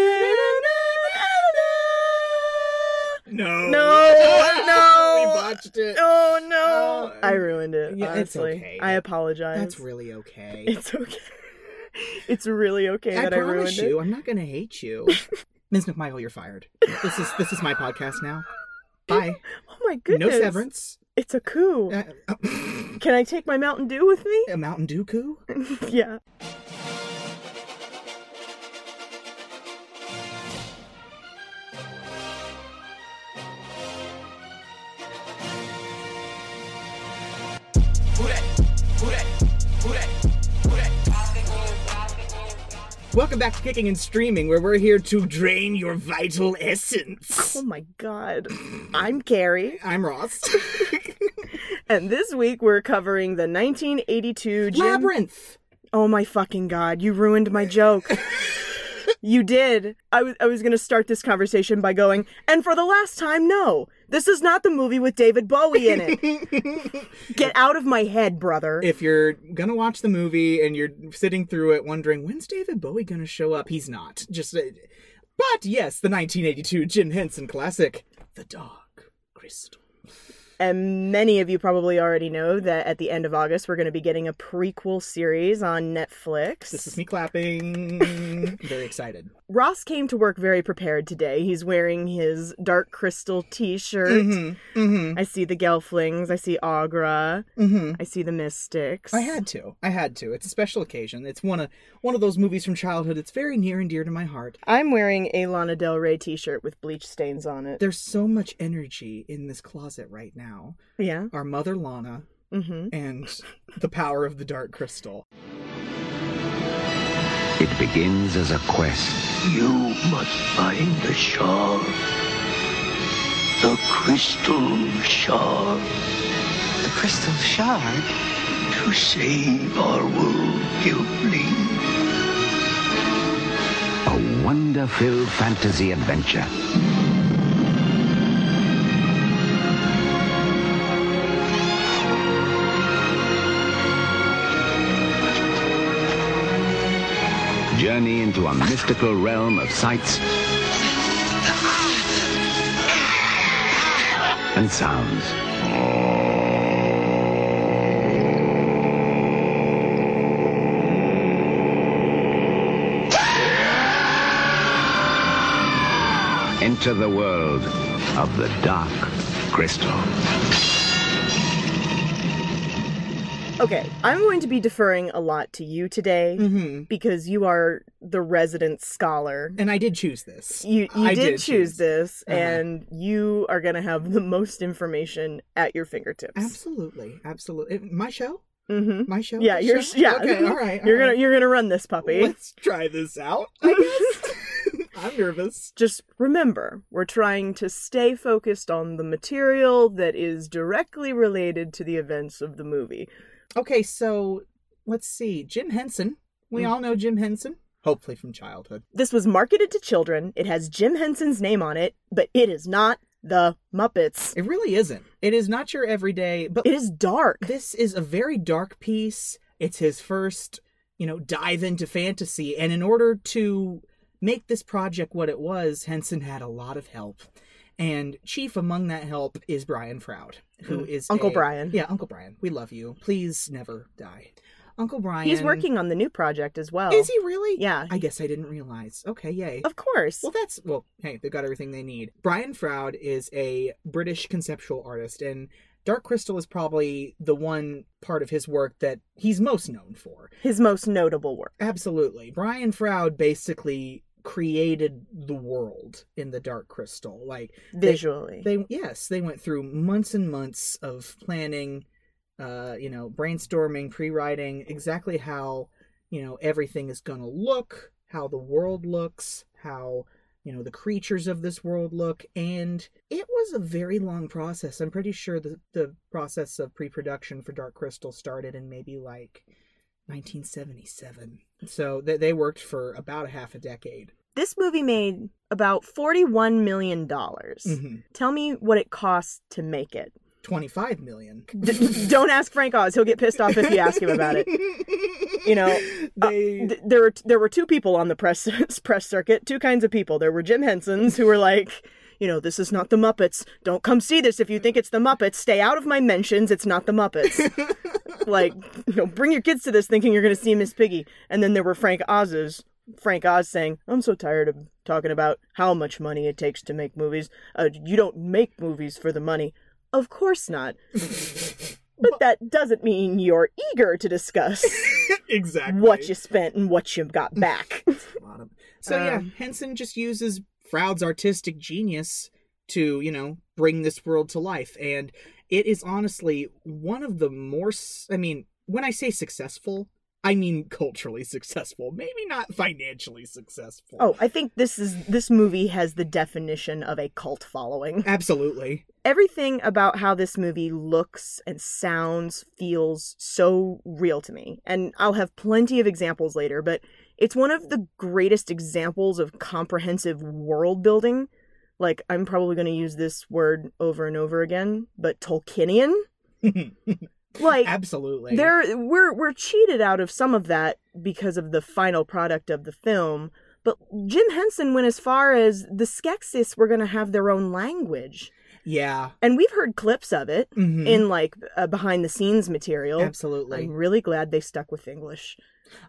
watched it. Oh no. I ruined it. Yeah, it's honestly, okay. I apologize. That's really okay. It's okay. it's really okay I that I ruined promise you, it. I'm not gonna hate you. Ms. McMichael, you're fired. This is this is my podcast now. Bye. Oh my goodness. No severance. It's a coup. Uh, uh, Can I take my Mountain Dew with me? a Mountain Dew coup? yeah. Welcome back to Kicking and Streaming, where we're here to drain your vital essence. Oh my god. I'm Carrie, I'm Ross. and this week we're covering the 1982 Jim. Labyrinth. Oh my fucking god! You ruined my joke. you did. I was I was gonna start this conversation by going, and for the last time, no, this is not the movie with David Bowie in it. Get out of my head, brother. If you're gonna watch the movie and you're sitting through it wondering when's David Bowie gonna show up, he's not. Just, uh, but yes, the 1982 Jim Henson classic, The Dark Crystal. And many of you probably already know that at the end of August we're gonna be getting a prequel series on Netflix. This is me clapping. Very excited. Ross came to work very prepared today. He's wearing his dark crystal T-shirt. Mm-hmm. I see the Gelflings. I see Agra. Mm-hmm. I see the Mystics. I had to. I had to. It's a special occasion. It's one of one of those movies from childhood. It's very near and dear to my heart. I'm wearing a Lana Del Rey t-shirt with bleach stains on it. There's so much energy in this closet right now. Yeah. Our mother Lana Mm-hmm. and the power of the dark crystal. It begins as a quest. You must find the shard. The crystal shard The crystal shard? to save our world, Gilbling. A wonder-filled fantasy adventure. Journey into a mystical realm of sights and sounds. Enter the world of the dark crystal. Okay, I'm going to be deferring a lot to you today Mm-hmm. because you are the resident scholar. And I did choose this. You you I did, choose, this, Uh-huh. and you are going to have the most information at your fingertips. Absolutely, absolutely. It- my show, Mm-hmm. my show. Yeah, This you're show? yeah. Okay, all right. all you're right. gonna you're gonna run this puppy. Let's try this out. I guess. I'm nervous. Just remember, we're trying to stay focused on the material that is directly related to the events of the movie. Okay, so let's see. Jim Henson. Hmm. We all know Jim Henson. Hopefully from childhood. This was marketed to children. It has Jim Henson's name on it, but it is not the Muppets. It really isn't. It is not your everyday, but It is dark. this is a very dark piece. It's his first, you know, dive into fantasy. And in order to make this project what it was, Henson had a lot of help. And chief among that help is Brian Froud, who is Hmm. Uncle a- Brian. Yeah, Uncle Brian. We love you. Please never die. Uncle Brian. He's working on the new project as well. Is he really? Yeah. I guess I didn't realize. Okay, yay. Of course. Well, that's well. Hey, they've got everything they need. Brian Froud is a British conceptual artist, and Dark Crystal is probably the one part of his work that he's most known for. His most notable work. Absolutely, Brian Froud basically created the world in the Dark Crystal. Like they- Visually. they yes, they went through months and months of planning, uh, you know, brainstorming, pre-writing exactly how, you know, everything is going to look, how the world looks, how, you know, the creatures of this world look, and it was a very long process. I'm pretty sure the the process of pre-production for Dark Crystal started in maybe like 1977. So they, they worked for about a half a decade. this movie made about $41 million. Mhm. Tell me what it cost to make it. 25 million. D- don't ask Frank Oz. He'll get pissed off if you ask him about it. You know, uh, they Th- there were there were two people on the press press circuit, two kinds of people. There were Jim Henson's who were like, you know, this is not the Muppets. Don't come see this if you think it's the Muppets. Stay out of my mentions. It's not the Muppets. like, you know, bring your kids to this thinking you're going to see Miss Piggy. And then there were Frank Oz's. Frank Oz saying, I'm so tired of talking about how much money it takes to make movies. Uh, you don't make movies for the money. Of course not. But that doesn't mean you're eager to discuss exactly. what you spent and what you got back. bottom. So yeah, Um, Henson just uses Froud's artistic genius to, you know, bring this world to life and it is honestly one of the more s- I mean, when I say successful, I mean culturally successful, maybe not financially successful. oh, I think this is this movie has the definition of a cult following. absolutely. Everything about how this movie looks and sounds feels so real to me. And I'll have plenty of examples later, but it's one of the greatest examples of comprehensive world building. Like I'm probably going to use this word over and over again, but Tolkienian. like Absolutely. there we're we're cheated out of some of that because of the final product of the film but jim henson went as far as the skeksis were going to have their own language yeah. and we've heard clips of it Mhm. in like uh, behind the scenes material Absolutely. i'm really glad they stuck with english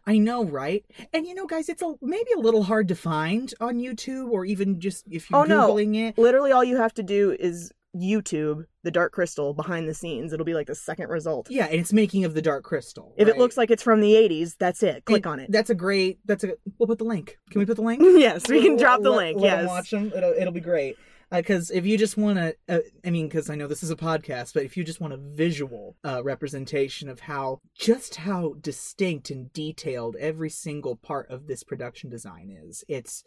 I know, right? And you know, guys, it's a maybe a little hard to find on YouTube or even just if you're Oh, no. googling it. literally all you have to do is youtube the dark crystal behind the scenes it'll be like the second result Yeah, and it's making of the Dark Crystal. if it right? looks like it's from the 80s that's it click And on it That's a great. That's a. We'll put the link. Can we put the link? yes we can Let- drop the let- link let 'em yes watch them. It'll, it'll be great. Because if you just want to, uh, I mean, because I know this is a podcast, but if you just want a visual uh, representation of how just how distinct and detailed every single part of this production design is, it's.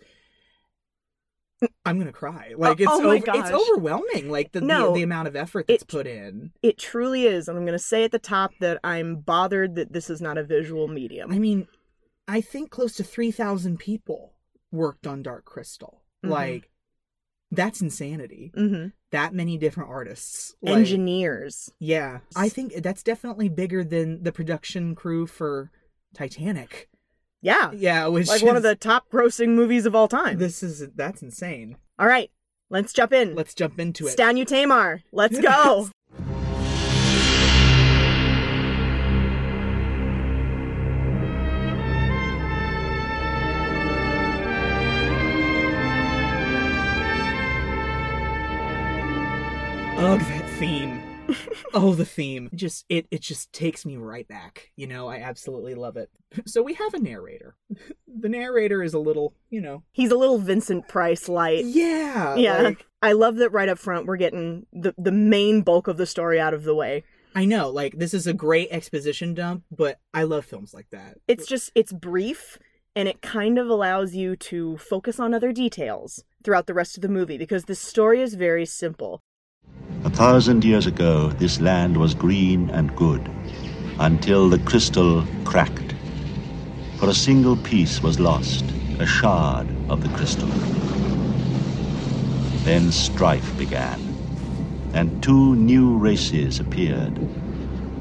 I'm gonna cry. Like it's oh my over- it's gosh. overwhelming. Like the, No, the the amount of effort that's it- put in. It truly is, and I'm going to say at the top that I'm bothered that this is not a visual I medium. mean, I think close to 3,000 people worked on Dark Crystal. Mhm. Like, that's insanity. hmm That many different artists. Like, Engineers. Yeah. I think that's definitely bigger than the production crew for Titanic. Yeah. Yeah, which Uh, Like one of is- the top grossing movies of all time. This is that's insane. all right, let's jump in. Let's jump into it. Stanu Tamar. Let's go. Ugh, that theme. oh, the theme. Just it it just takes me right back. You know, I absolutely love it. So we have a narrator. the narrator is a little, you know, He's a little Vincent Price light. yeah. Yeah. like- I love that right up front we're getting the, the main bulk of the story out of the way. I know, like this is a great exposition dump, but I love films like that. It's just it's brief and it kind of allows you to focus on other details throughout the rest of the movie because the story is very simple. A thousand years ago, this land was green and good until the crystal cracked. For a single piece was lost, a shard of the crystal. Then strife began, and two new races appeared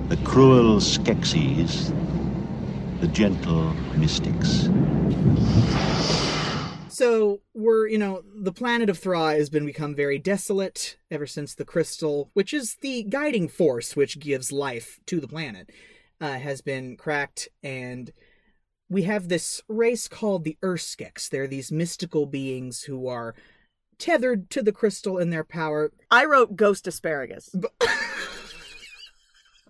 the cruel Skeksis, the gentle mystics. So we're, you know, the planet of Thra has been become very desolate ever since the crystal, which is the guiding force which gives life to the planet, uh, has been cracked, and we have this race called the Urskiks. They're these mystical beings who are tethered to the crystal in their power. I wrote ghost asparagus.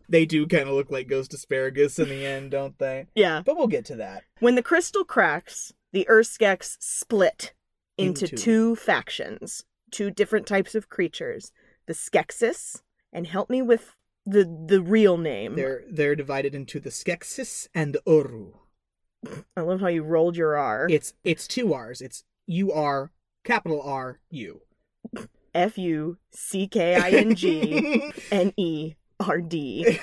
They do kind of look like ghost asparagus in the end, don't they? Yeah. But we'll get to that. When the crystal cracks, the Urskeks split into, Into. two factions, two different types of creatures, the Skeksis, and help me with the the real name. They're they're divided into the Skeksis and the Uru. I love how you rolled your R. It's it's two R's. It's U R capital R U. F U C K I N G N E R D.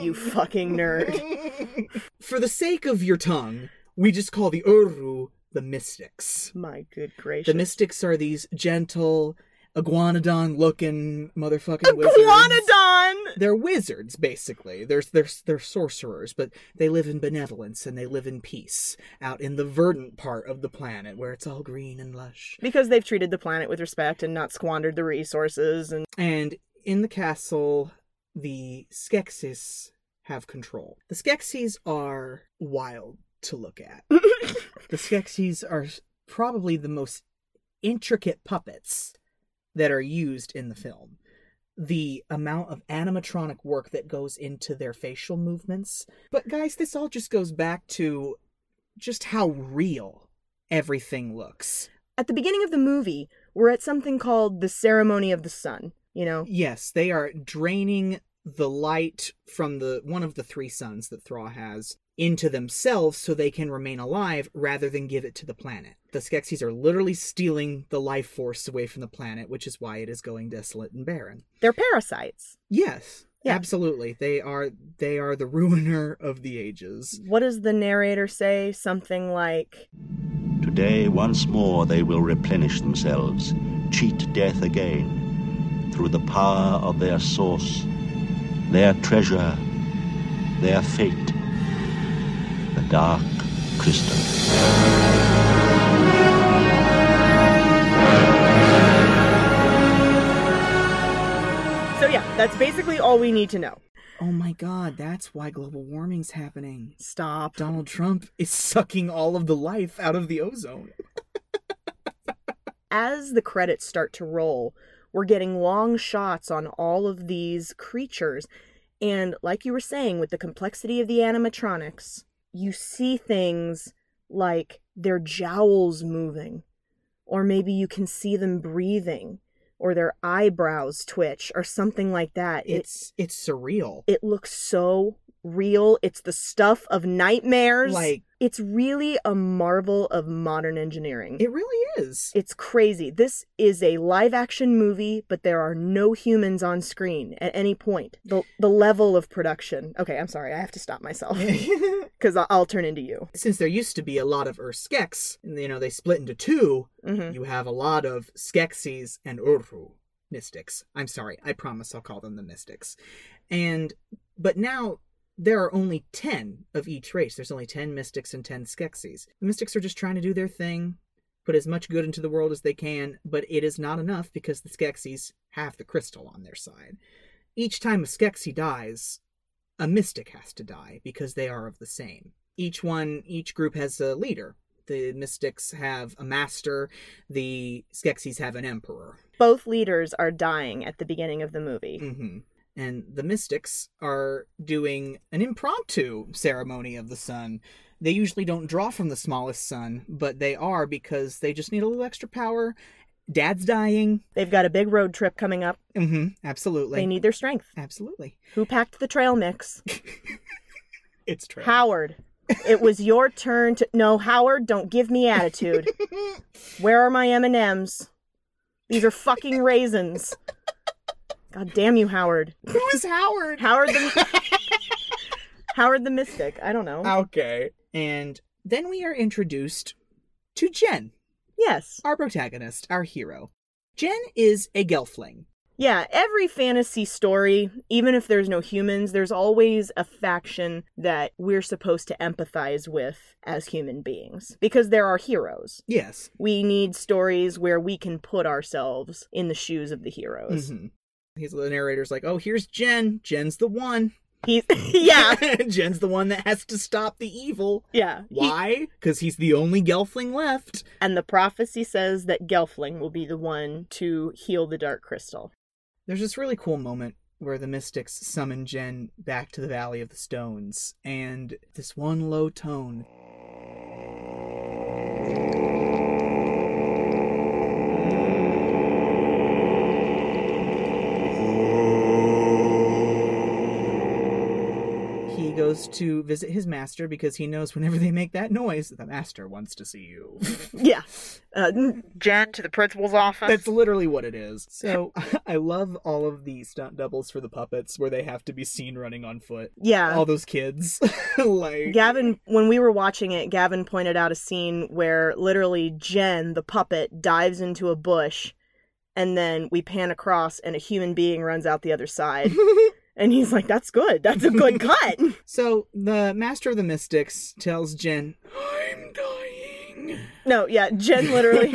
You fucking nerd. For the sake of your tongue, we just call the Uru the mystics. My good gracious. The mystics are these gentle, iguanodon looking motherfucking wizards. Guanodon! They're wizards, basically. They're, they're, they're sorcerers, but they live in benevolence and they live in peace out in the verdant part of the planet where it's all green and lush. Because they've treated the planet with respect and not squandered the resources and And in the castle, the Skeksis have control. The Skeksis are wild to look at. the Skeksis are probably the most intricate puppets that are used in the film. The amount of animatronic work that goes into their facial movements. But guys, this all just goes back to just how real everything looks. at the beginning of the movie, we're at something called the ceremony of the sun. You know, Yes, they are draining the light from the one of the three suns that Thra has into themselves so they can remain alive rather than give it to the planet. The Skeksis are literally stealing the life force away from the planet, which is why it is going desolate and barren. they're parasites. Yes, Yeah. absolutely. They are they are the ruiner of the ages. What does the narrator say? Something like, Today, once more, they will replenish themselves, cheat death again, through the power of their source, their treasure, their fate, the dark crystal. so yeah, that's basically all we need to know. Oh my god, that's why global warming's happening. Stop. Donald Trump is sucking all of the life out of the ozone. as the credits start to roll, we're getting long shots on all of these creatures. And like you were saying, with the complexity of the animatronics, you see things like their jowls moving, or maybe you can see them breathing, or their eyebrows twitch, or something like that. It, It's it's surreal. it looks so real. It's the stuff of nightmares. Like- it's really a marvel of modern engineering. It really is. It's crazy. This is a live action movie, but there are no humans on screen at any point. The, the level of production. Okay, I'm sorry. I have to stop myself because I'll, I'll turn into you. Since there used to be a lot of Urskeks, and you know, they split into 2 Mhm. you have a lot of Skeksis and Uru mystics. I'm sorry, I promise I'll call them the mystics. And but now there are only 10 of each race. There's only 10 mystics and 10 Skeksis. The mystics are just trying to do their thing, put as much good into the world as they can, but it is not enough because the Skeksis have the crystal on their side. Each time a Skeksi dies, a mystic has to die because they are of the same. Each one, each group has a leader. The mystics have a master, the Skeksis have an emperor. Both leaders are dying at the beginning of the movie. hmm And the mystics are doing an impromptu ceremony of the sun. They usually don't draw from the smallest sun, but they are because they just need a little extra power. Dad's dying. They've got a big road trip coming up. hmm Absolutely. They need their strength. Absolutely. Who packed the trail mix? It's true. Howard. It was your turn to No, Howard, don't give me attitude. Where are my M&Ms? These are fucking raisins. God damn you, Howard. Who is Howard? Howard the Howard the Mystic. I don't know. Okay. And then we are introduced to Jen, yes. our protagonist, our hero. Jen is a gelfling. Yeah, every fantasy story, even if there's no humans, there's always a faction that we're supposed to empathize with as human beings because there are heroes. Yes. We need stories where we can put ourselves in the shoes of the heroes. Mhm. He's the narrator's like, oh, here's Jen. Jen's the one. He yeah, Jen's the one that has to stop the evil. yeah. He- Why? Because he's the only gelfling left. and the prophecy says that Gelfling will be the one to heal the dark crystal. There's this really cool moment where the mystics summon Jen back to the Valley of the Stones, and this one low tone he goes to visit his master because he knows whenever they make that noise, the master wants to see you. Yeah. Uh, Jen to the principal's office. That's literally what it is. So I love all of the stunt doubles for the puppets where they have to be seen running on foot. yeah. All those kids, like Gavin, when we were watching it, Gavin pointed out a scene where literally Jen, the puppet, dives into a bush and then we pan across and a human being runs out the other side. and he's like, That's good. That's a good cut. So the master of the mystics tells Jen, "I'm dying." No, yeah, Jen literally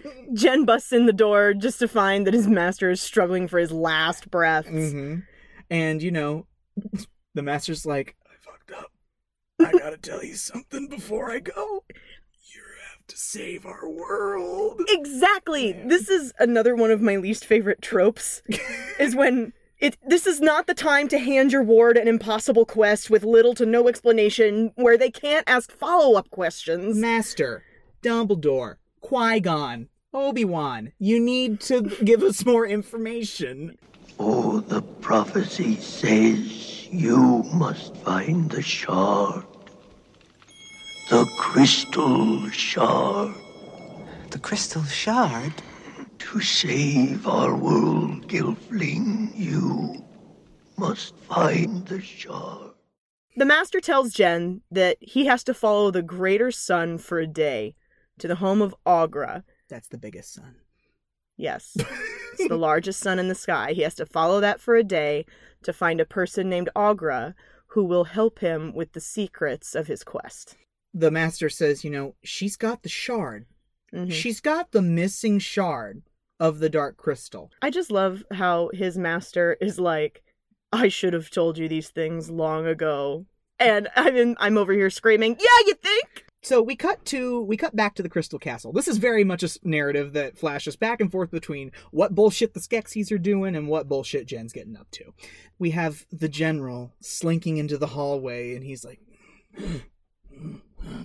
Jen busts in the door just to find that his master is struggling for his last breaths. hmm And you know, the master's like, I fucked up. I gotta tell you something before I go. You have to save our world. Exactly. This is another one of my least favorite tropes is when it this is not the time to hand your ward an impossible quest with little to no explanation where they can't ask follow-up questions. Master, Dumbledore, Qui Gon, Obi Wan, you need to give us more information. Oh, the prophecy says you must find the shard. The crystal shard. The crystal shard? To save our world, Gilfling, you must find the shard. The master tells Jen that he has to follow the greater sun for a day to the home of Agra. That's the biggest son. Yes. it's the largest sun in the sky. He has to follow that for a day to find a person named Agra who will help him with the secrets of his quest. The master says, you know, she's got the shard. Mhm. She's got the missing shard of the dark crystal. I just love how his master is like, I should have told you these things long ago. And I'm in, I'm over here screaming, Yeah, you think? So we cut to we cut back to the Crystal Castle. This is very much a s- narrative that flashes back and forth between what bullshit the Skeksis are doing and what bullshit Jen's getting up to. We have the general slinking into the hallway, and he's like,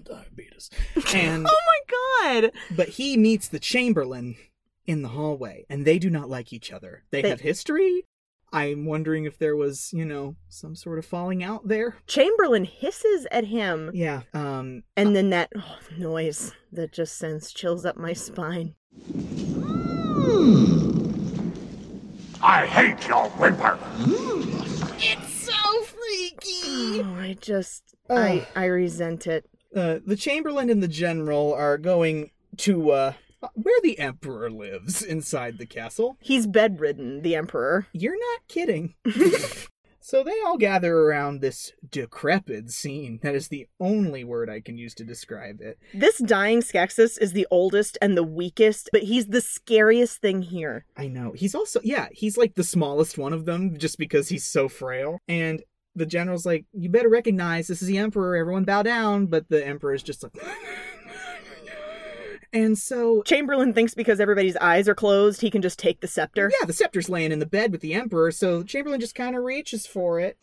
diabetes, and Oh my god. but he meets the Chamberlain in the hallway, and they do not like each other. They, They- have history. I'm wondering if there was, you know, some sort of falling out there. Chamberlain hisses at him Yeah. Um. And then that oh, noise that just sends chills up my spine. Hmm. I hate your whimper. Oh, I just I I resent it. uh, the Chamberlain and the General are going to uh, where the Emperor lives inside the castle. He's bedridden, the emperor. You're not kidding. so they all gather around this decrepit scene. That is the only word I can use to describe it. This dying Skeksis is the oldest and the weakest, but he's the scariest thing here. I know. He's also, yeah, he's like the smallest one of them just because he's so frail. And the general's like, you better recognize this is the emperor. Everyone bow down. But the emperor's just like. and so Chamberlain thinks because everybody's eyes are closed, he can just take the scepter. Yeah, the scepter's laying in the bed with the emperor, so Chamberlain just kind of reaches for it.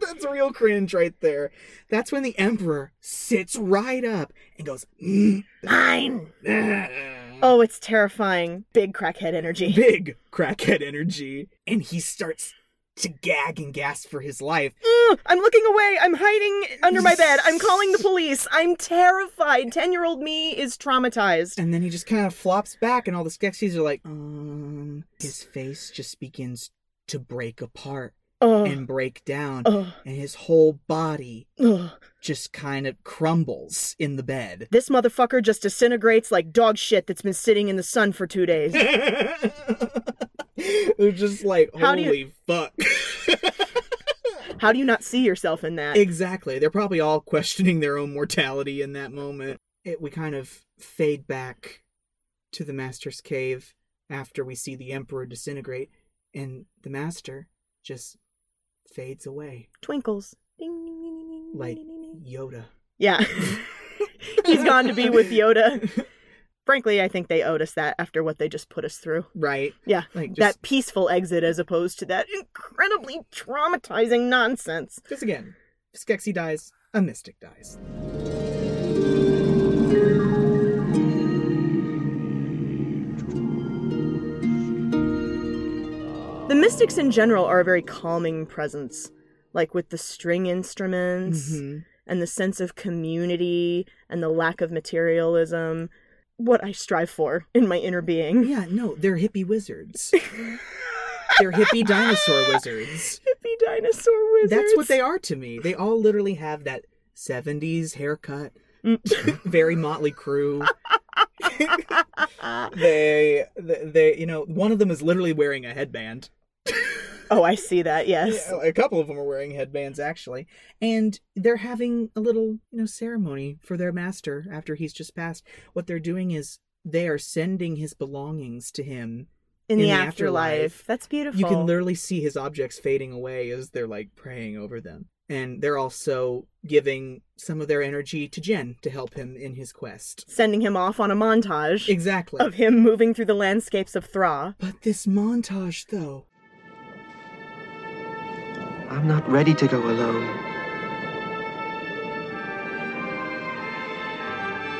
That's real cringe right there. That's when the emperor sits right up and goes, "Mm." Mine! Oh, it's terrifying. Big crackhead energy. big crackhead energy, and he starts to gag and gasp for his life. Ugh, I'm looking away. I'm hiding under my bed. I'm calling the police. I'm terrified. 10 year old me is traumatized. And then he just kind of flops back, and all the Skeksis are like, um. His face just begins to break apart Oh. and break down, Ugh. and his whole body Ugh. just kind of crumbles in the bed. This motherfucker just disintegrates like dog shit that's been sitting in the sun for two days. They're just like, How do holy you- fuck. How do you not see yourself in that? exactly. They're probably all questioning their own mortality in that moment. It, we kind of fade back to the Master's cave after we see the Emperor disintegrate, and the Master just fades away Twinkles. Ding, ding, ding, ding, ding, like ding, ding, ding. Yoda. Yeah. He's gone to be with Yoda. Frankly, I think they owed us that after what they just put us through. Right. Yeah. Like just, That peaceful exit as opposed to that incredibly traumatizing nonsense. just again, Skeksis dies, a mystic dies. The mystics in general are a very calming presence, like with the string instruments. Mm-hmm. and the sense of community and the lack of materialism what i strive for in my inner being Yeah, no, they're hippie wizards. they're hippie dinosaur wizards. hippie dinosaur That's what they are to me. They all literally have that 70s haircut, very motley crew. they, they, they, you know, one of them is literally wearing a headband. Oh, I see that. Yes. Yeah, a couple of them are wearing headbands actually, and they're having a little you know ceremony for their master after he's just passed. What they're doing is they are sending his belongings to him. In, the, the afterlife. afterlife, That's beautiful. You can literally see his objects fading away as they're like praying over them, and they're also giving some of their energy to Jen to help him in his quest. Sending him off on a montage Exactly. of him moving through the landscapes of Thra. But this montage though, I'm not ready to go alone.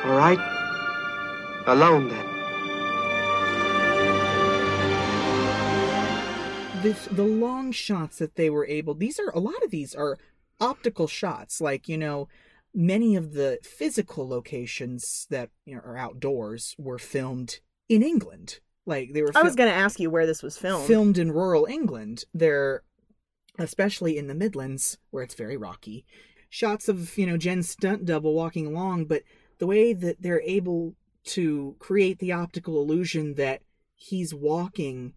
All right? Alone then. this the long shots that they were able these are a lot of these are optical shots like you know many of the physical locations that you know are outdoors were filmed in england like they were I was fil- going to ask you where this was filmed. filmed in rural england they're especially in the midlands where it's very rocky shots of you know jen's stunt double walking along but the way that they're able to create the optical illusion that he's walking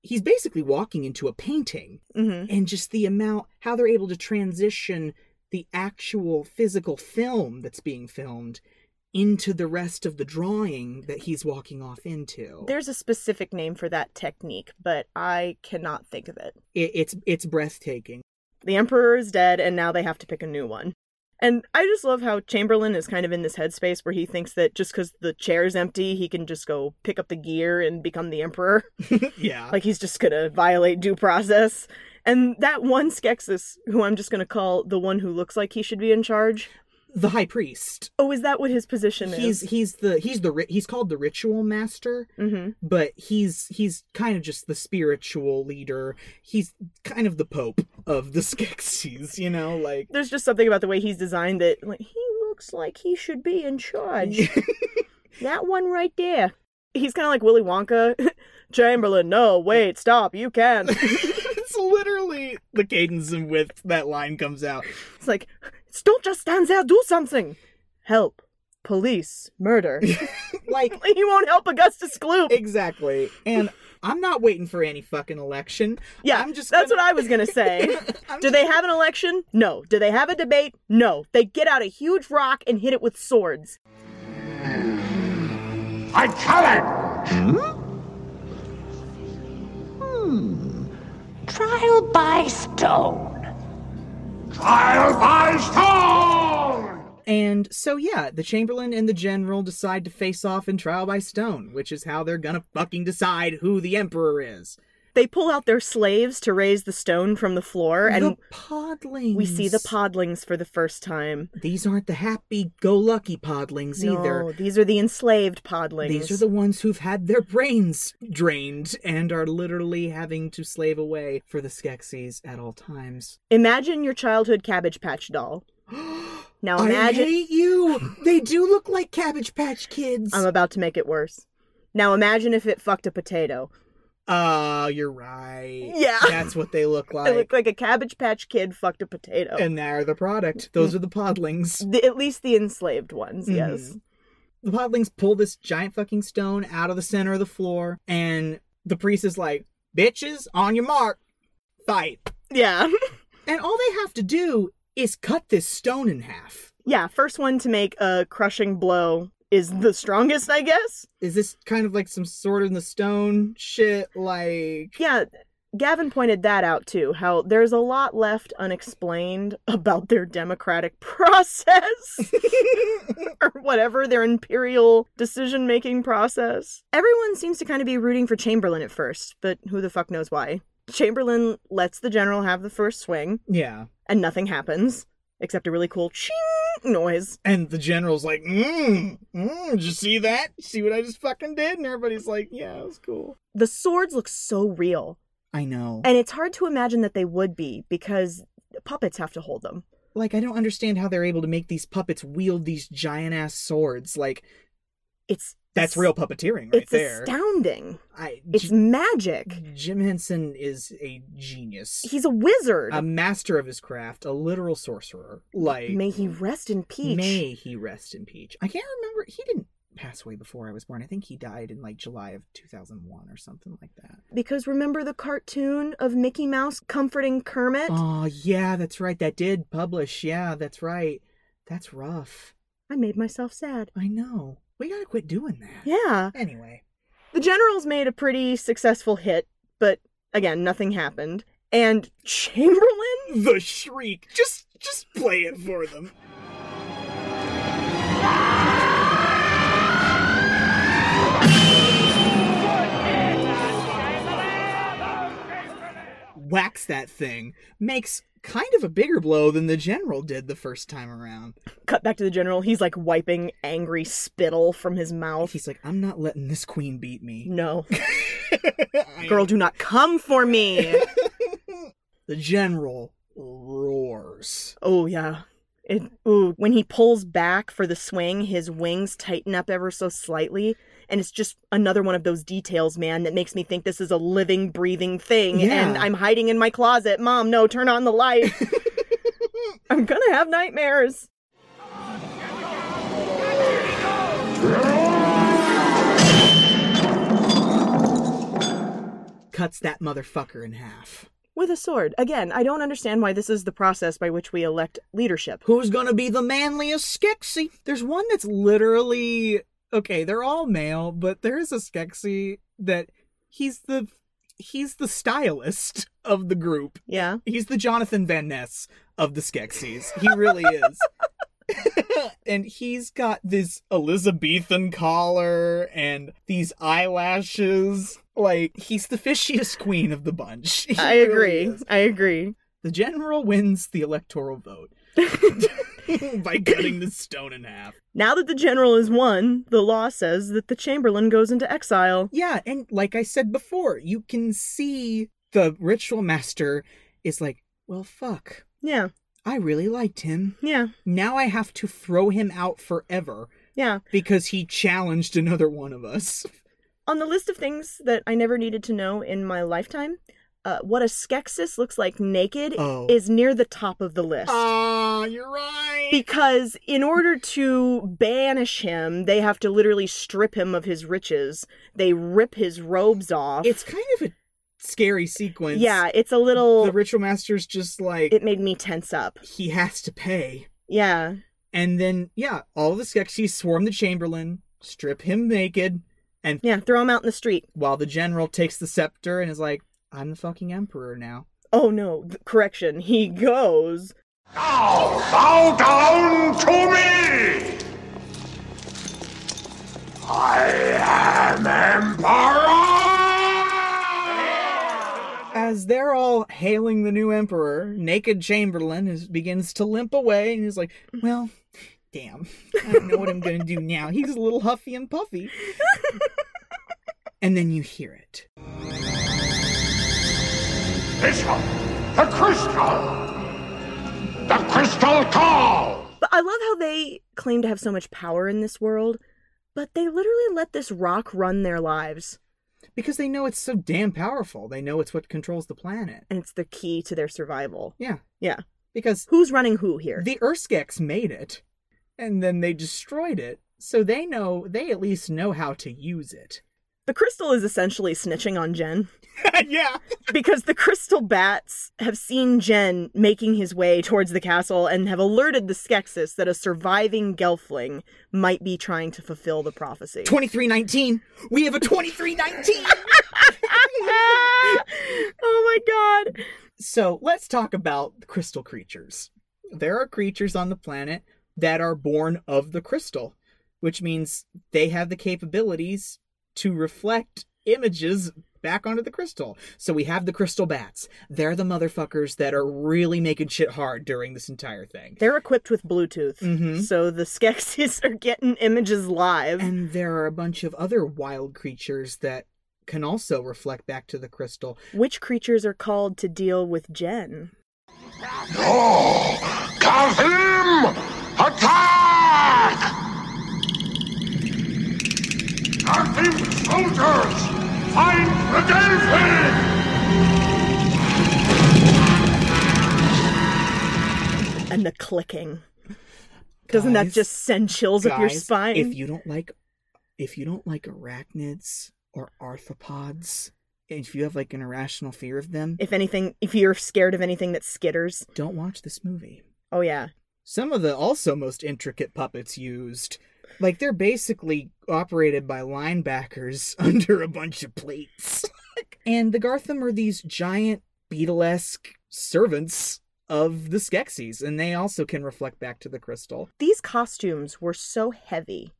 he's basically walking into a painting hmm and just the amount how they're able to transition the actual physical film that's being filmed into the rest of the drawing that he's walking off into. There's a specific name for that technique, but I cannot think of it. It, it's it's breathtaking. The emperor is dead, and now they have to pick a new one. And I just love how Chamberlain is kind of in this headspace where he thinks that just because the chair's empty, he can just go pick up the gear and become the emperor. yeah. like he's just gonna violate due process. And that one Skeksis, who I'm just gonna call the one who looks like he should be in charge. the high priest. Oh, is that what his position He's is? he's the he's the ri- he's called the ritual master, Mm-hmm. but he's he's kind of just the spiritual leader. He's kind of the pope of the Skeksis, you know, like There's just something about the way he's designed that like he looks like he should be in charge. that one right there. He's kind of like Willy Wonka. Chamberlain, no, wait, stop, you can. it's literally the cadence in which that line comes out. It's like, don't just stand there, do something. Help, police, murder. Like he won't help Augustus Gloop. exactly. And I'm not waiting for any fucking election. Yeah, I'm just that's gonna- what I was gonna say. I'm Do they have an election? No. Do they have a debate? No. They get out a huge rock and hit it with swords. I challenge! Hmm? Hmm. Trial by stone. Trial by stone! And so yeah, the Chamberlain and the General decide to face off in trial by stone, which is how they're gonna fucking decide who the Emperor is. They pull out their slaves to raise the stone from the floor, and the podlings. we see the podlings for the first time. These aren't the happy-go-lucky podlings either. No, these are the enslaved podlings. These are the ones who've had their brains drained and are literally having to slave away for the Skeksis at all times. Imagine your childhood Cabbage Patch doll. Now I imagine. hate you! They do look like Cabbage Patch Kids! I'm about to make it worse. Now imagine if it fucked a potato. Oh, you're right. Yeah. That's what they look It like. looked like a Cabbage Patch kid fucked a potato. and they're the product. Those are the podlings. The- at least the enslaved ones, Mm-hmm. yes. The podlings pull this giant fucking stone out of the center of the floor, and the priest is like, Bitches, on your mark, fight. Yeah. And all they have to do is cut this stone in half. Yeah, first one to make a crushing blow is the strongest, I guess. Is this kind of like some sword in the stone shit? Like, Yeah, Gavin pointed that out too how there's a lot left unexplained about their democratic process or whatever their imperial decision making process. Everyone seems to kind of be rooting for Chamberlain at first, but who the fuck knows why. Chamberlain lets the general have the first swing, yeah. and nothing happens except a really cool ching noise. And the general's like, mmm, mmm, did you see that? See what I just fucking did? And everybody's like, yeah, it was cool. The swords look so real. I know. And it's hard to imagine that they would be because puppets have to hold them. like, I don't understand how they're able to make these puppets wield these giant ass swords. Like, It's That's real puppeteering right It's there. astounding. I, It's J- magic. Jim Henson is a genius, He's a wizard. a master of his craft, a literal sorcerer. Like May he rest in peace. May he rest in peace. I can't remember. He didn't pass away before I was born. I think he died in like July of 2001 or something like that. Because remember the cartoon of Mickey Mouse comforting Kermit? Oh, yeah, that's right. That did publish. Yeah, that's right. That's rough. I made myself sad. I know. We gotta quit doing that. Yeah. Anyway. The Generals made a pretty successful hit, but again, nothing happened. And Chamberlain? The shriek. Just just play it for them. Whacks that thing. Makes kind of a bigger blow than the general did the first time around. Cut back to the General. He's like wiping angry spittle from his mouth. He's like, I'm not letting this queen beat me. No. Girl, do not come for me. The general roars. oh, yeah. It, ooh, when he pulls back for the swing, his wings tighten up ever so slightly. And it's just another one of those details, man, that makes me think this is a living, breathing thing. Yeah. And I'm hiding in my closet. Mom, no, turn on the light. I'm going to have nightmares. Cuts that motherfucker in half. with a sword. Again, I don't understand why this is the process by which we elect leadership. Who's gonna be the manliest Skeksis? There's one that's literally okay. They're all male, but there is a Skeksis that he's the he's the stylist of the group. Yeah. He's the Jonathan Van Ness of the Skeksis. He really is. and he's got this Elizabethan collar and these eyelashes. Like he's the fishiest queen of the bunch. He I really agree. is. I agree. The general wins the electoral vote by cutting the stone in half. Now that the general is won, the law says that the chamberlain goes into exile. Yeah, and like I said before, you can see the ritual master is like, well, fuck. Yeah. I really liked him. Yeah. Now I have to throw him out forever Yeah. because he challenged another one of us. On the list of things that I never needed to know in my lifetime, uh, what a skexis looks like naked Oh. is near the top of the list. Ah, you're right. because in order to banish him, they have to literally strip him of his riches. They rip his robes off. It's kind of a scary sequence. yeah, it's a little. The ritual master's just like, it made me tense up. he has to pay. Yeah. And then, yeah, all the Skeksis swarm the Chamberlain, strip him naked, and Yeah, throw him out in the street. while the general takes the scepter and is like, I'm the fucking emperor now. Oh no, th- correction. He goes. Now, bow down to me! I am Emperor! As they're all hailing the new emperor, naked Chamberlain is, begins to limp away and he's like, Well, damn, I don't know what I'm gonna do now. He's a little huffy and puffy. and then you hear it. Bishop, the crystal! The crystal call! But I love how they claim to have so much power in this world, but they literally let this rock run their lives, Because they know it's so damn powerful. They know it's what controls the planet. and it's the key to their survival. Yeah. Yeah. Because Who's running who here? The Urskeks made it, and then they destroyed it, so they know they at least know how to use it. The crystal is essentially snitching on Jen yeah. because the crystal bats have seen Jen making his way towards the castle and have alerted the Skeksis that a surviving Gelfling might be trying to fulfill the prophecy. 2319. We have a 2319. Ah! oh my god. so, let's talk about the crystal creatures. There are creatures on the planet that are born of the crystal, which means they have the capabilities to reflect images back onto the crystal. So we have the crystal bats. They're the motherfuckers that are really making shit hard during this entire thing. They're equipped with Bluetooth, Mhm. so the Skeksis are getting images live. And there are a bunch of other wild creatures that can also reflect back to the crystal. Which creatures are called to deal with Jen? No! Kazim! Attack! Soldiers, find the Delphin! And the clicking. Doesn't guys, that just send chills guys, up your spine? If you don't like if you don't like arachnids or arthropods, if you have like an irrational fear of them, if anything, if you're scared of anything that skitters, don't watch this movie. Oh yeah. Some of the also most intricate puppets used, like they're basically operated by linebackers under a bunch of plates. and the Gartham are these giant beetlesque servants of the Skeksis, and they also can reflect back to the crystal. These costumes were so heavy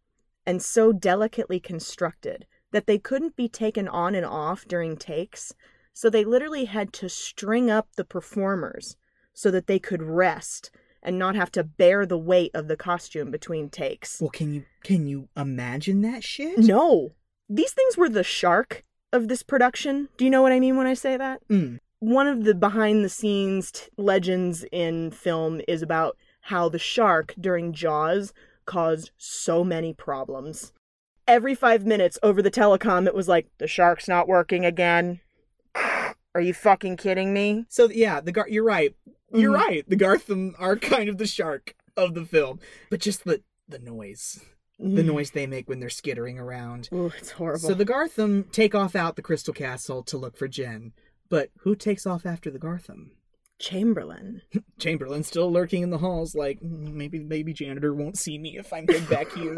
and so delicately constructed that they couldn't be taken on and off during takes, so they literally had to string up the performers so that they could rest and not have to bear the weight of the costume between takes. Well, can you can you imagine that shit? No. These things were the shark of this production. Do you know what I mean when I say that? Mm. One of the behind the scenes t- legends in film is about how the shark during Jaws caused so many problems. Every five minutes over the telecom, it was like, the shark's not working again. Are you fucking kidding me? So, yeah, the Gar- you're right. You're mm. right. The Gartham are kind of the shark of the film, but just the, the noise. Mm. The noise they make when they're skittering around. Oh, it's horrible. So the Gartham take off out the Crystal Castle to look for Jen. But who takes off after the Gartham? Chamberlain. Chamberlain still lurking in the halls, like "Mm, maybe the baby janitor won't see me if I'm good back here.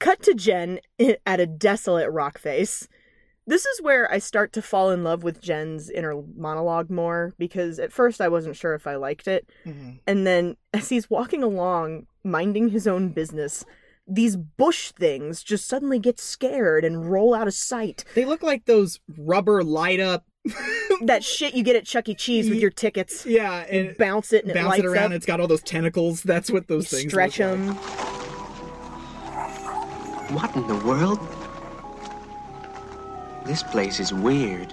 Cut to Jen at a desolate rock face. This is where I start to fall in love with Jen's inner monologue more because at first I wasn't sure if I liked it. Mm-hmm. And then as he's walking along, minding his own business, these bush things just suddenly get scared and roll out of sight. They look like those rubber light up that shit you get at Chuck E. Cheese with your tickets. Yeah, and bounce it and bounce it, it around. Up. It's got all those tentacles. That's what those you things stretch them. Like. What in the world? This place is weird.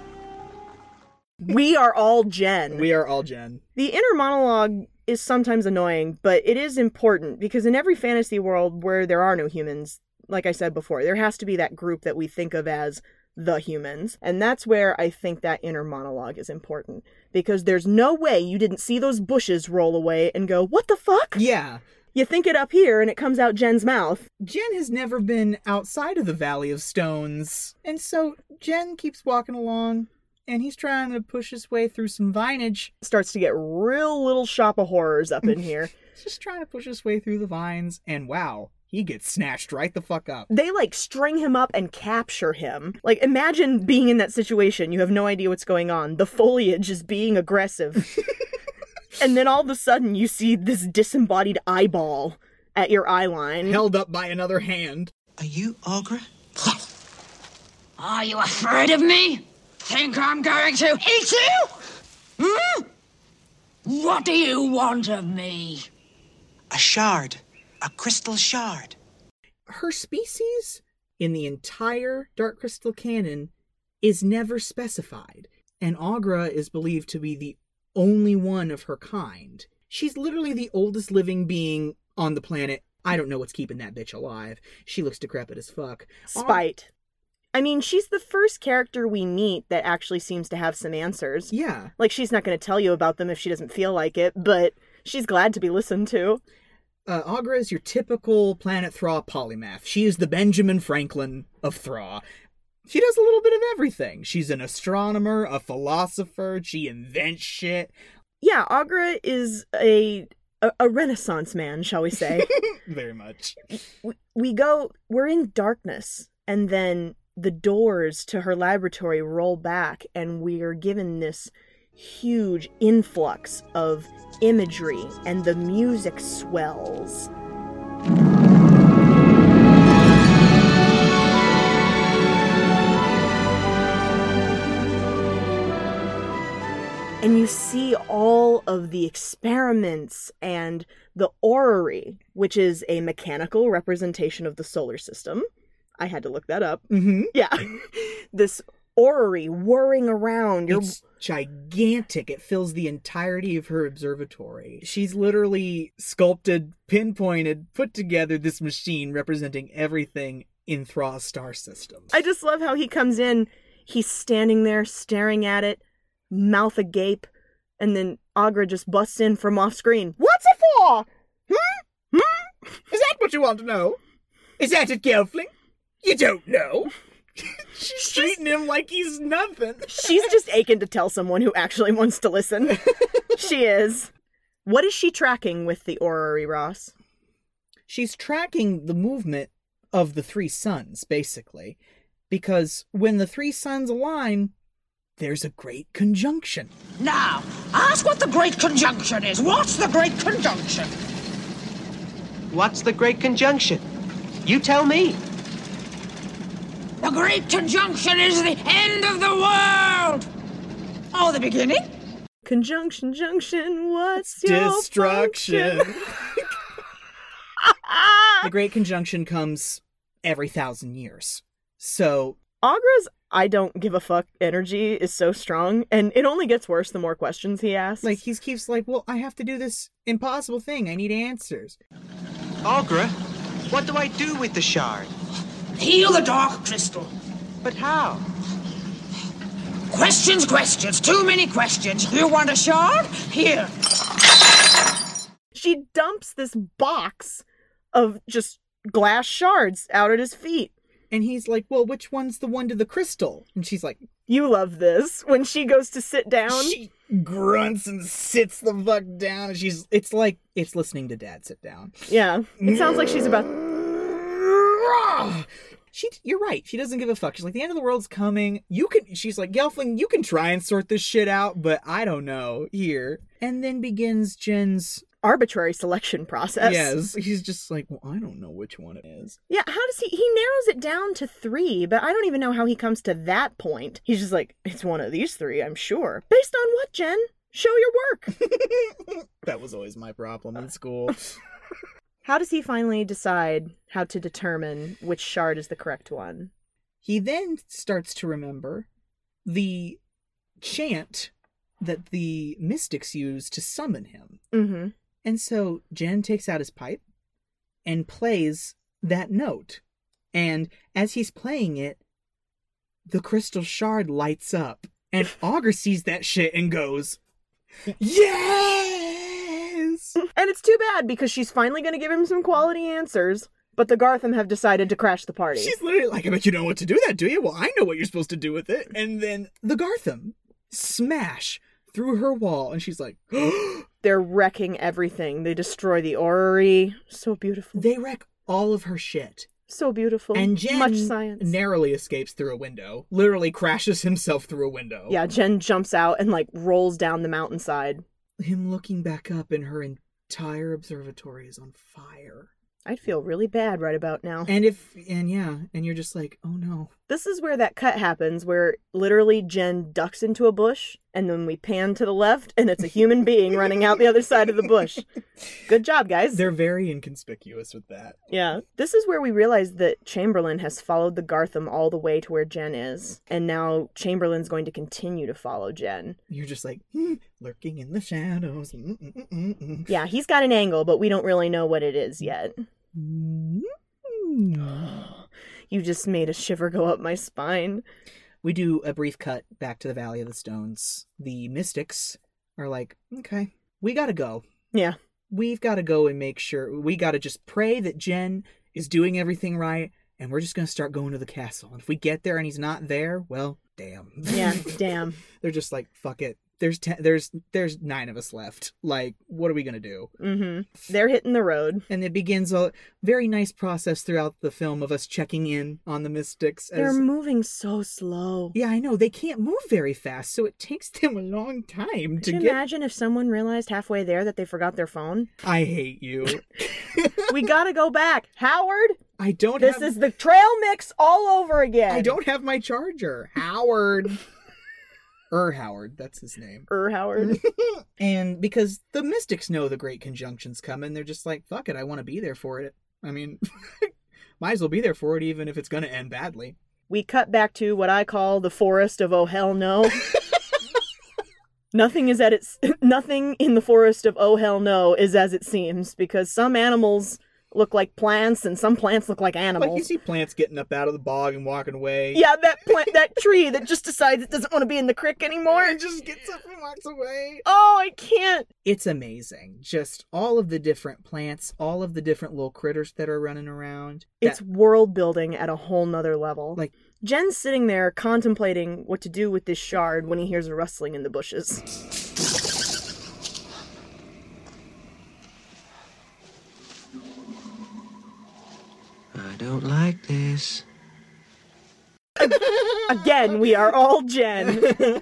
We are all Jen. We are all Jen. The inner monologue is sometimes annoying, but it is important because in every fantasy world where there are no humans, like I said before, there has to be that group that we think of as the humans. And that's where I think that inner monologue is important because there's no way you didn't see those bushes roll away and go, What the fuck? Yeah. You think it up here and it comes out Jen's mouth. Jen has never been outside of the Valley of Stones. And so Jen keeps walking along and he's trying to push his way through some vinage. Starts to get real little shop of horrors up in here. Just trying to push his way through the vines and wow, he gets snatched right the fuck up. They like string him up and capture him. Like imagine being in that situation. You have no idea what's going on. The foliage is being aggressive. and then all of a sudden you see this disembodied eyeball at your eye line. Held up by another hand. Are you Ogre? Yes. Are you afraid of me? Think I'm going to eat you? Hmm? What do you want of me? A shard a crystal shard. Her species in the entire Dark Crystal canon is never specified, and Agra is believed to be the only one of her kind. She's literally the oldest living being on the planet. I don't know what's keeping that bitch alive. She looks decrepit as fuck. Spite. I mean, she's the first character we meet that actually seems to have some answers. Yeah. Like, she's not going to tell you about them if she doesn't feel like it, but she's glad to be listened to uh, Agra is your typical planet Thra polymath. She is the Benjamin Franklin of Thra. She does a little bit of everything. She's an astronomer, a philosopher. She invents shit. Yeah, Agra is a a, a Renaissance man, shall we say? Very much. We, we go. We're in darkness, and then the doors to her laboratory roll back, and we are given this huge influx of imagery and the music swells. And you see all of the experiments and the orrery, which is a mechanical representation of the solar system. I had to look that up. Mm-hmm. Yeah. this orrery whirring around. You're... It's gigantic. It fills the entirety of her observatory. She's literally sculpted, pinpointed, put together this machine representing everything in Thra's star system. I just love how he comes in. He's standing there staring at it, mouth agape, and then Agra just busts in from off screen. What's it for? Hmm? Hmm? Is that what you want to know? Is that it, Gelfling? You don't know. She's treating him like he's nothing. She's just aching to tell someone who actually wants to listen. she is. What is she tracking with the orrery, Ross? She's tracking the movement of the three suns, basically, because when the three suns align, there's a great conjunction. Now, ask what the Great Conjunction is. What's the Great Conjunction? What's the Great Conjunction? You tell me. The Great Conjunction is the end of the world! Or the beginning? Conjunction, junction, what's your Destruction. function? Ah! the great conjunction comes every thousand years. So Agra's I don't give a fuck energy is so strong, and it only gets worse the more questions he asks. like he keeps like, well, I have to do this impossible thing. I need answers. Agra, what do I do with the shard? Heal the Dark Crystal. But how? Questions, questions, too many questions. You want a shard? Here. she dumps this box of just glass shards out at his feet. And he's like, well, which one's the one to the crystal? And she's like, You love this. When she goes to sit down, she grunts and sits the fuck down. And she's, it's like, it's listening to dad sit down. yeah, it sounds like she's Mm. about. She, you're right. She doesn't give a fuck. She's like, the end of the world's coming. You can. She's like, Gelfling, you can try and sort this shit out, but I don't know here. And then begins Jen's. arbitrary selection process. Yes, he's just like, well, I don't know which one it is. Yeah, how does he he narrows it down to 3, but I don't even know how he comes to that point. He's just like, it's one of these 3, I'm sure. Based on what, Jen? Show your work. That was always my problem in school. how does he finally decide how to determine which shard is the correct one? he then starts to remember the chant that the mystics use to summon him. Mhm. And so Jen takes out his pipe and plays that note. And as he's playing it, the crystal shard lights up. And Augur sees that shit and goes, Yes! And it's too bad because she's finally going to give him some quality answers, but the Gartham have decided to crash the party. She's literally like, I bet you don't know what to do that, do you? Well, I know what you're supposed to do with it. And then the Gartham smash through her wall, and she's like, They're wrecking everything. They destroy the orrery. So beautiful. they wreck all of her shit. so beautiful. And Jen much science. narrowly escapes through a window, literally crashes himself through a window. yeah, Jen jumps out and like rolls down the mountainside. Him looking back up, and her entire observatory is on fire. I'd feel really bad right about now. And if, and yeah, and you're just like, oh no. This is where that cut happens, where literally Jen ducks into a bush, and then we pan to the left, and it's a human being running out the other side of the bush. Good job, guys. They're very inconspicuous with that. yeah. This is where we realize that Chamberlain has followed the Gartham all the way to where Jen is, and now Chamberlain's going to continue to follow Jen. You're just like, hmm, lurking in the shadows. mm, mm, mm, mm, mm. Yeah, he's got an angle, but we don't really know what it is yet. mm. You just made a shiver go up my spine. We do a brief cut back to the Valley of the Stones. The mystics are like, okay, we gotta go. Yeah. We've gotta go and make sure. We gotta just pray that Jen is doing everything right, and we're just gonna start going to the castle. And if we get there and he's not there, well, damn. Yeah, damn. They're just like, fuck it. There's ten, there's there's nine of us left. Like, what are we gonna do? hmm They're hitting the road. And it begins a very nice process throughout the film of us checking in on the mystics. They're as- moving so slow. Yeah, I know. They can't move very fast, so it takes them a long time to Could you get. imagine if someone realized halfway there that they forgot their phone? I hate you. we gotta go back. Howard, I don't this have. is the trail mix all over again. I don't have my charger. Howard. Er Howard, that's his name. Er, Howard. And because the mystics know the Great Conjunction's coming, they're just like, fuck it, I want to be there for it. I mean, might as well be there for it, even if it's going to end badly. we cut back to what I call the forest of oh hell no. nothing is at its nothing in the forest of oh hell no is as it seems because some animals look like plants and some plants look like Like you animals. see plants getting up out of the bog and walking away. yeah, that plant, that tree that just decides it doesn't want to be in the crick anymore. It just gets up and walks away. Oh, I can't. It's amazing. Just all of the different plants, all of the different little critters that are running around. It's That- world building at a whole nother level. Like- Jen's sitting there contemplating what to do with this shard when he hears a rustling in the bushes. I don't like this. Again, we are all Jen.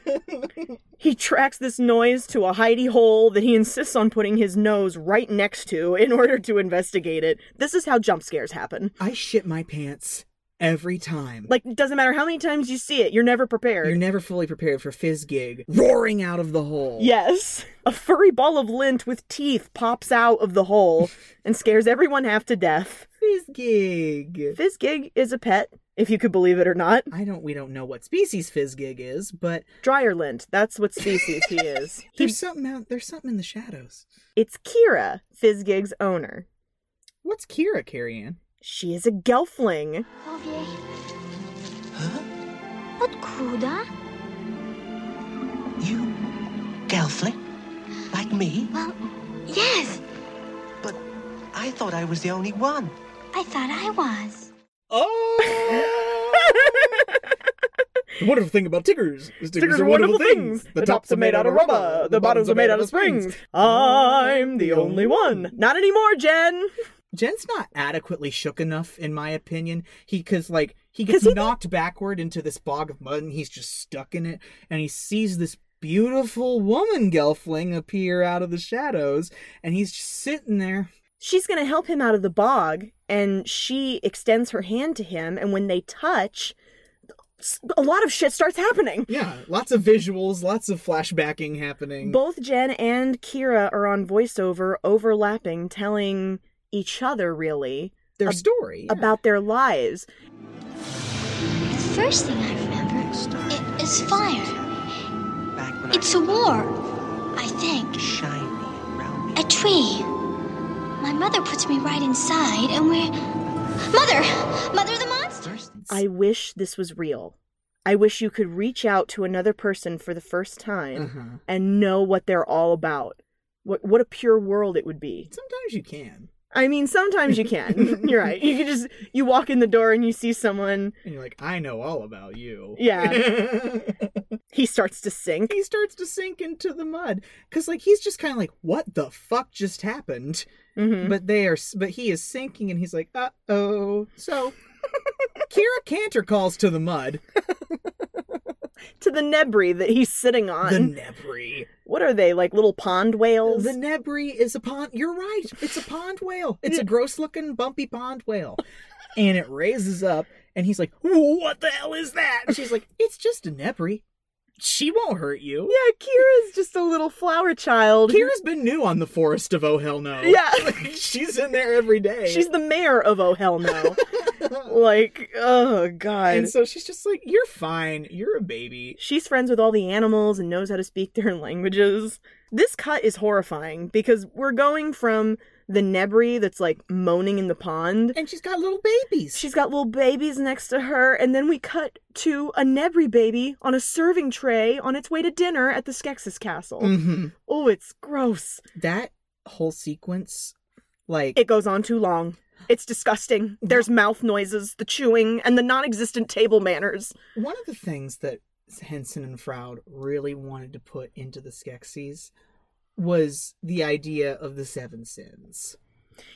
he tracks this noise to a hidey hole that he insists on putting his nose right next to in order to investigate it. This is how jump scares happen. I shit my pants every time. Like, it doesn't matter how many times you see it, you're never prepared. You're never fully prepared for Fizgig roaring out of the hole. Yes. A furry ball of lint with teeth pops out of the hole and scares everyone half to death. Fizgig. Fizzgig is a pet, if you could believe it or not. I don't. We don't know what species Fizgig is, but Dryer lint, that's what species he is. He, there's something out. There's something in the shadows. it's Kira, Fizzgig's owner. What's Kira carrying? She is a gelfling. Ogiej. Откуда? You, Gelfling? Like me? Well, yes, But I thought I was the only one. I thought I was. Oh. the wonderful thing about Tiggers is Stickers are wonderful things. The tops are made out of rubber. The bottoms are made out of springs. I'm the only one. Not anymore, Jen. Jen's not adequately shook enough, in my opinion. He, cause like he 'Cause gets he- knocked backward into this bog of mud, and he's just stuck in it. And he sees this beautiful woman gelfling appear out of the shadows, and he's just sitting there. She's going to help him out of the bog, and she extends her hand to him, and when they touch, s- a lot of shit starts happening. Yeah, lots of visuals, lots of flashbacking happening. Both Jen and Kira are on voiceover, overlapping, telling each other, really, Their story yeah. about their lives. The first thing I remember i- is fire. Back when It's I a war, I think. was shiny and round me. A tree. My mother puts me right inside, and we're. Mother! Mother the monster! I wish this was real. I wish you could reach out to another person for the first time Mm-hmm. Uh-huh. and know what they're all about. What what a pure world it would be. Sometimes you can, I mean, sometimes you can. You're right. You can just you walk in the door and you see someone. and you're like, I know all about you. Yeah. He starts to sink. he starts to sink into the mud because like he's just kind of like what the fuck just happened Mhm. but they are but he is sinking and he's like uh-oh so kira cantor calls to the mud to the nebri that he's sitting on. the nebri what are they like little pond whales? the nebri is a pond you're right it's a pond whale it's a gross looking bumpy pond whale and it raises up and he's like what the hell is that and she's like it's just a nebri she won't hurt you yeah, Kira's just a little flower child. Kira's been new on the forest of Oh Hell No. Yeah. Like, she's in there every day. She's the mayor of Oh Hell No. like, oh god. and so she's just like, You're fine. You're a baby. She's friends with all the animals and knows how to speak their languages. This cut is horrifying because we're going from the Nebri that's like moaning in the pond. And she's got little babies. She's got little babies next to her, and then we cut to a Nebri baby on a serving tray on its way to dinner at the Skeksis Castle. Mhm. Oh, it's gross. That whole sequence, like It goes on too long. It's disgusting. There's mouth noises, the chewing, and the non existent table manners. one of the things that Henson and Froud really wanted to put into the Skeksis was the idea of the seven sins.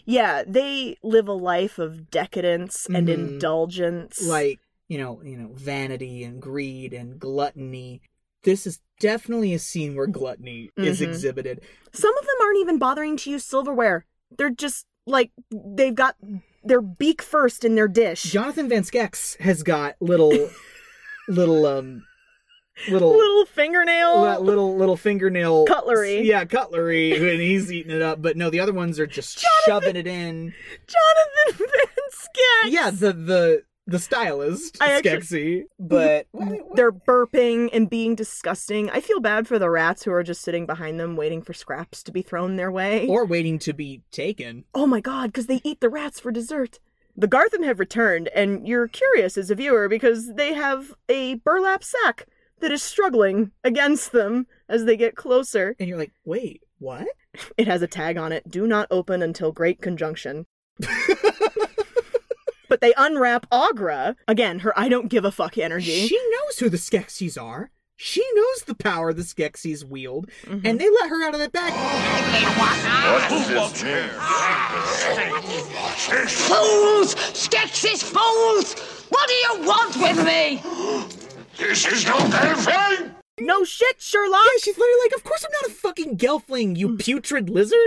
Yeah, they live a life of decadence and Mhm. indulgence. like you know you know vanity and greed and gluttony this is definitely a scene where gluttony is Mhm. exhibited Some of them aren't even bothering to use silverware. They're just like they've got their beak first in their dish. jonathan van skex has got little little um little Little fingernail. li- little little fingernail Cutlery. yeah cutlery and he's eating it up but no the other ones are just shoving it in Jonathan Van Skex. yeah the the the stylist, I actually- Skeksis. But They're burping and being disgusting. I feel bad for the rats who are just sitting behind them waiting for scraps to be thrown their way. or waiting to be taken. oh my god, because they eat the rats for dessert. The Gartham have returned, and you're curious as a viewer because they have a burlap sack that is struggling against them as they get closer. And you're like, wait, what? It has a tag on it do not open until Great Conjunction. but they unwrap Agra. Again, her I don't give a fuck energy. She knows who the Skeksis are. She knows the power the Skeksis wield, Mm-hmm. and they let her out of that bag. Fools! Skeksis fools! What do you want with me? This is no Delphine! no Oh, shit, Sherlock! Mm. Yeah, she's literally like, of course I'm not a fucking gelfling, you putrid lizard.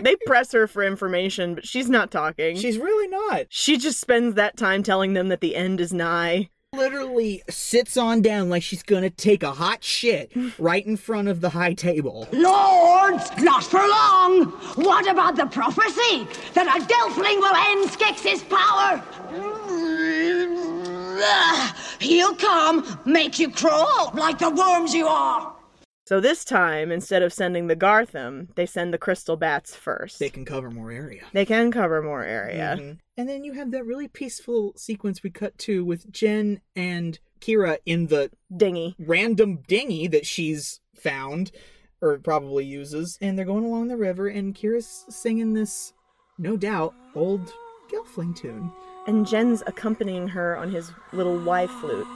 they press her for information, but she's not talking. she's really not. she just spends that time telling them that the end is nigh. Literally sits on down like she's gonna take a hot shit right in front of the high table. Lords, not for long! What about the prophecy that a Delfling will end Skeksis' power? Ugh, He'll come, make you crawl like the worms you are! So this time, instead of sending the Gartham, they send the crystal bats first. They Mm-hmm. can cover more area. They can cover more area. And then you have that really peaceful sequence we cut to with Jen and Kira in the Dingy. random dinghy that she's found or probably uses and they're going along the river and Kira's singing this no doubt old Gelfling tune. And Jen's accompanying her on his little Y flute.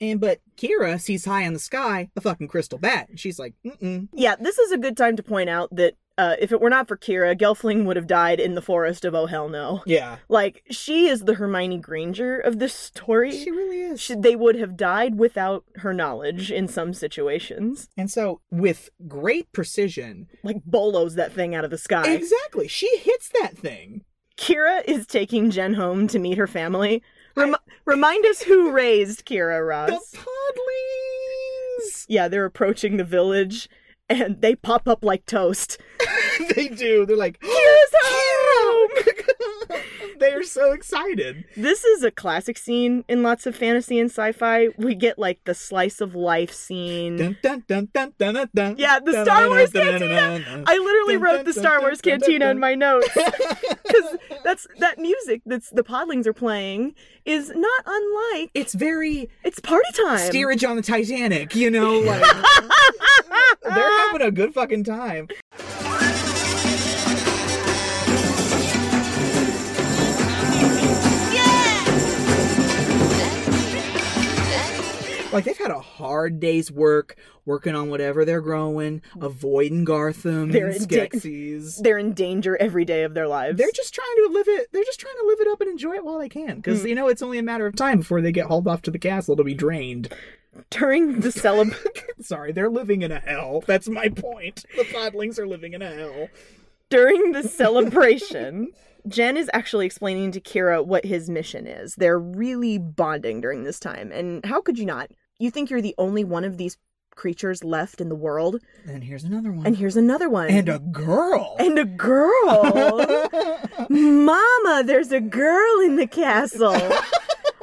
And but Kira sees high in the sky a fucking crystal bat and she's like, "Mm-mm." Yeah, this is a good time to point out that uh, if it were not for Kira, Gelfling would have died in the forest of Oh Hell No. Yeah. Like, she is the Hermione Granger of this story. She really is. She- they would have died without her knowledge in some situations. and so with great precision, Like, bolos that thing out of the sky. exactly, she hits that thing. Kira is taking Jen home to meet her family. Rem- Remind us who raised Kira, The Ross. podlings. Yeah, they're approaching the village and they pop up like toast. they do. They're like, Kira's home! they are so excited. This is a classic scene in lots of fantasy and sci fi. We get like the slice of life scene. Dun, dun, dun, dun, dun, dun, dun. Yeah, the Dun, Star dun, Wars dun, dun, cantina. dun, dun, dun. I literally Dun, wrote dun, the dun, Star dun, Wars dun, dun, cantina in dun. my notes. Because that's that music that's the podlings are playing is not unlike It's very it's party time. steerage on the Titanic, you know? Like, they're having a good fucking time. Like, they've had a hard day's work, working on whatever they're growing, avoiding Gartham, They're in da- Skeksis. they're in danger every day of their lives. They're just trying to live it. They're just trying to live it up and enjoy it while they can, because you know it's only a matter of time before they get hauled off to the castle to be drained. during the celeb Sorry, they're living in a hell. That's my point. The podlings are living in a hell. during the celebration. Jen is actually explaining to Kira what his mission is. They're really bonding during this time, and how could you not? You think you're the only one of these creatures left in the world, And here's another one. and here's another one, And a girl. and a girl. Mama, there's a girl in the castle.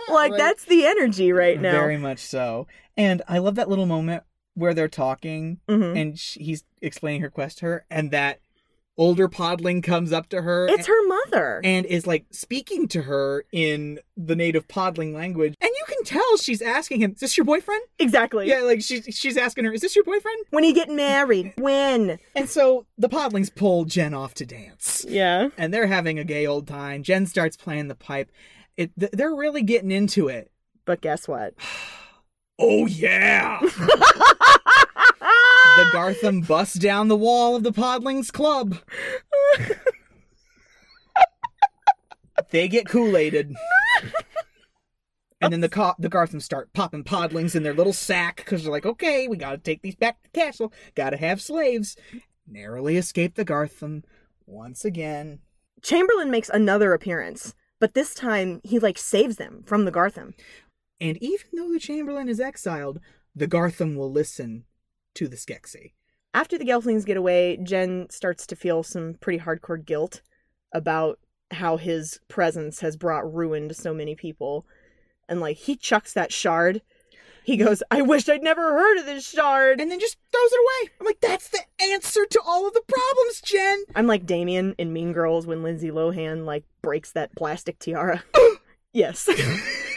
like that's the energy right now. Very much so. And I love that little moment where they're talking Mhm. and sh he's explaining her quest to her, and that older podling comes up to her. It's her mother. and is like speaking to her in the native podling language. And you can tell she's asking him, Is this your boyfriend? exactly. Yeah, like she's she's asking her, Is this your boyfriend? When you get married, when? And so the podlings pull Jen off to dance. Yeah. And they're having a gay old time. Jen starts playing the pipe. It, th- they're really getting into it. But guess what? Oh, yeah! the Gartham busts down the wall of the Podlings Club. they get Kool Aided. And then the co- the Gartham start popping podlings in their little sack because they're like, okay, we gotta take these back to the castle, gotta have slaves. Narrowly escape the Gartham once again. Chamberlain makes another appearance, but this time he like saves them from the Gartham. And even though the Chamberlain is exiled, the Gartham will listen to the Skeksis. After the Gelflings get away, Jen starts to feel some pretty hardcore guilt about how his presence has brought ruin to so many people. And like he chucks that shard. He goes, I wish I'd never heard of this shard. And then just throws it away. I'm like, that's the answer to all of the problems, Jen. I'm like Damien in Mean Girls when Lindsay Lohan like breaks that plastic tiara. yes.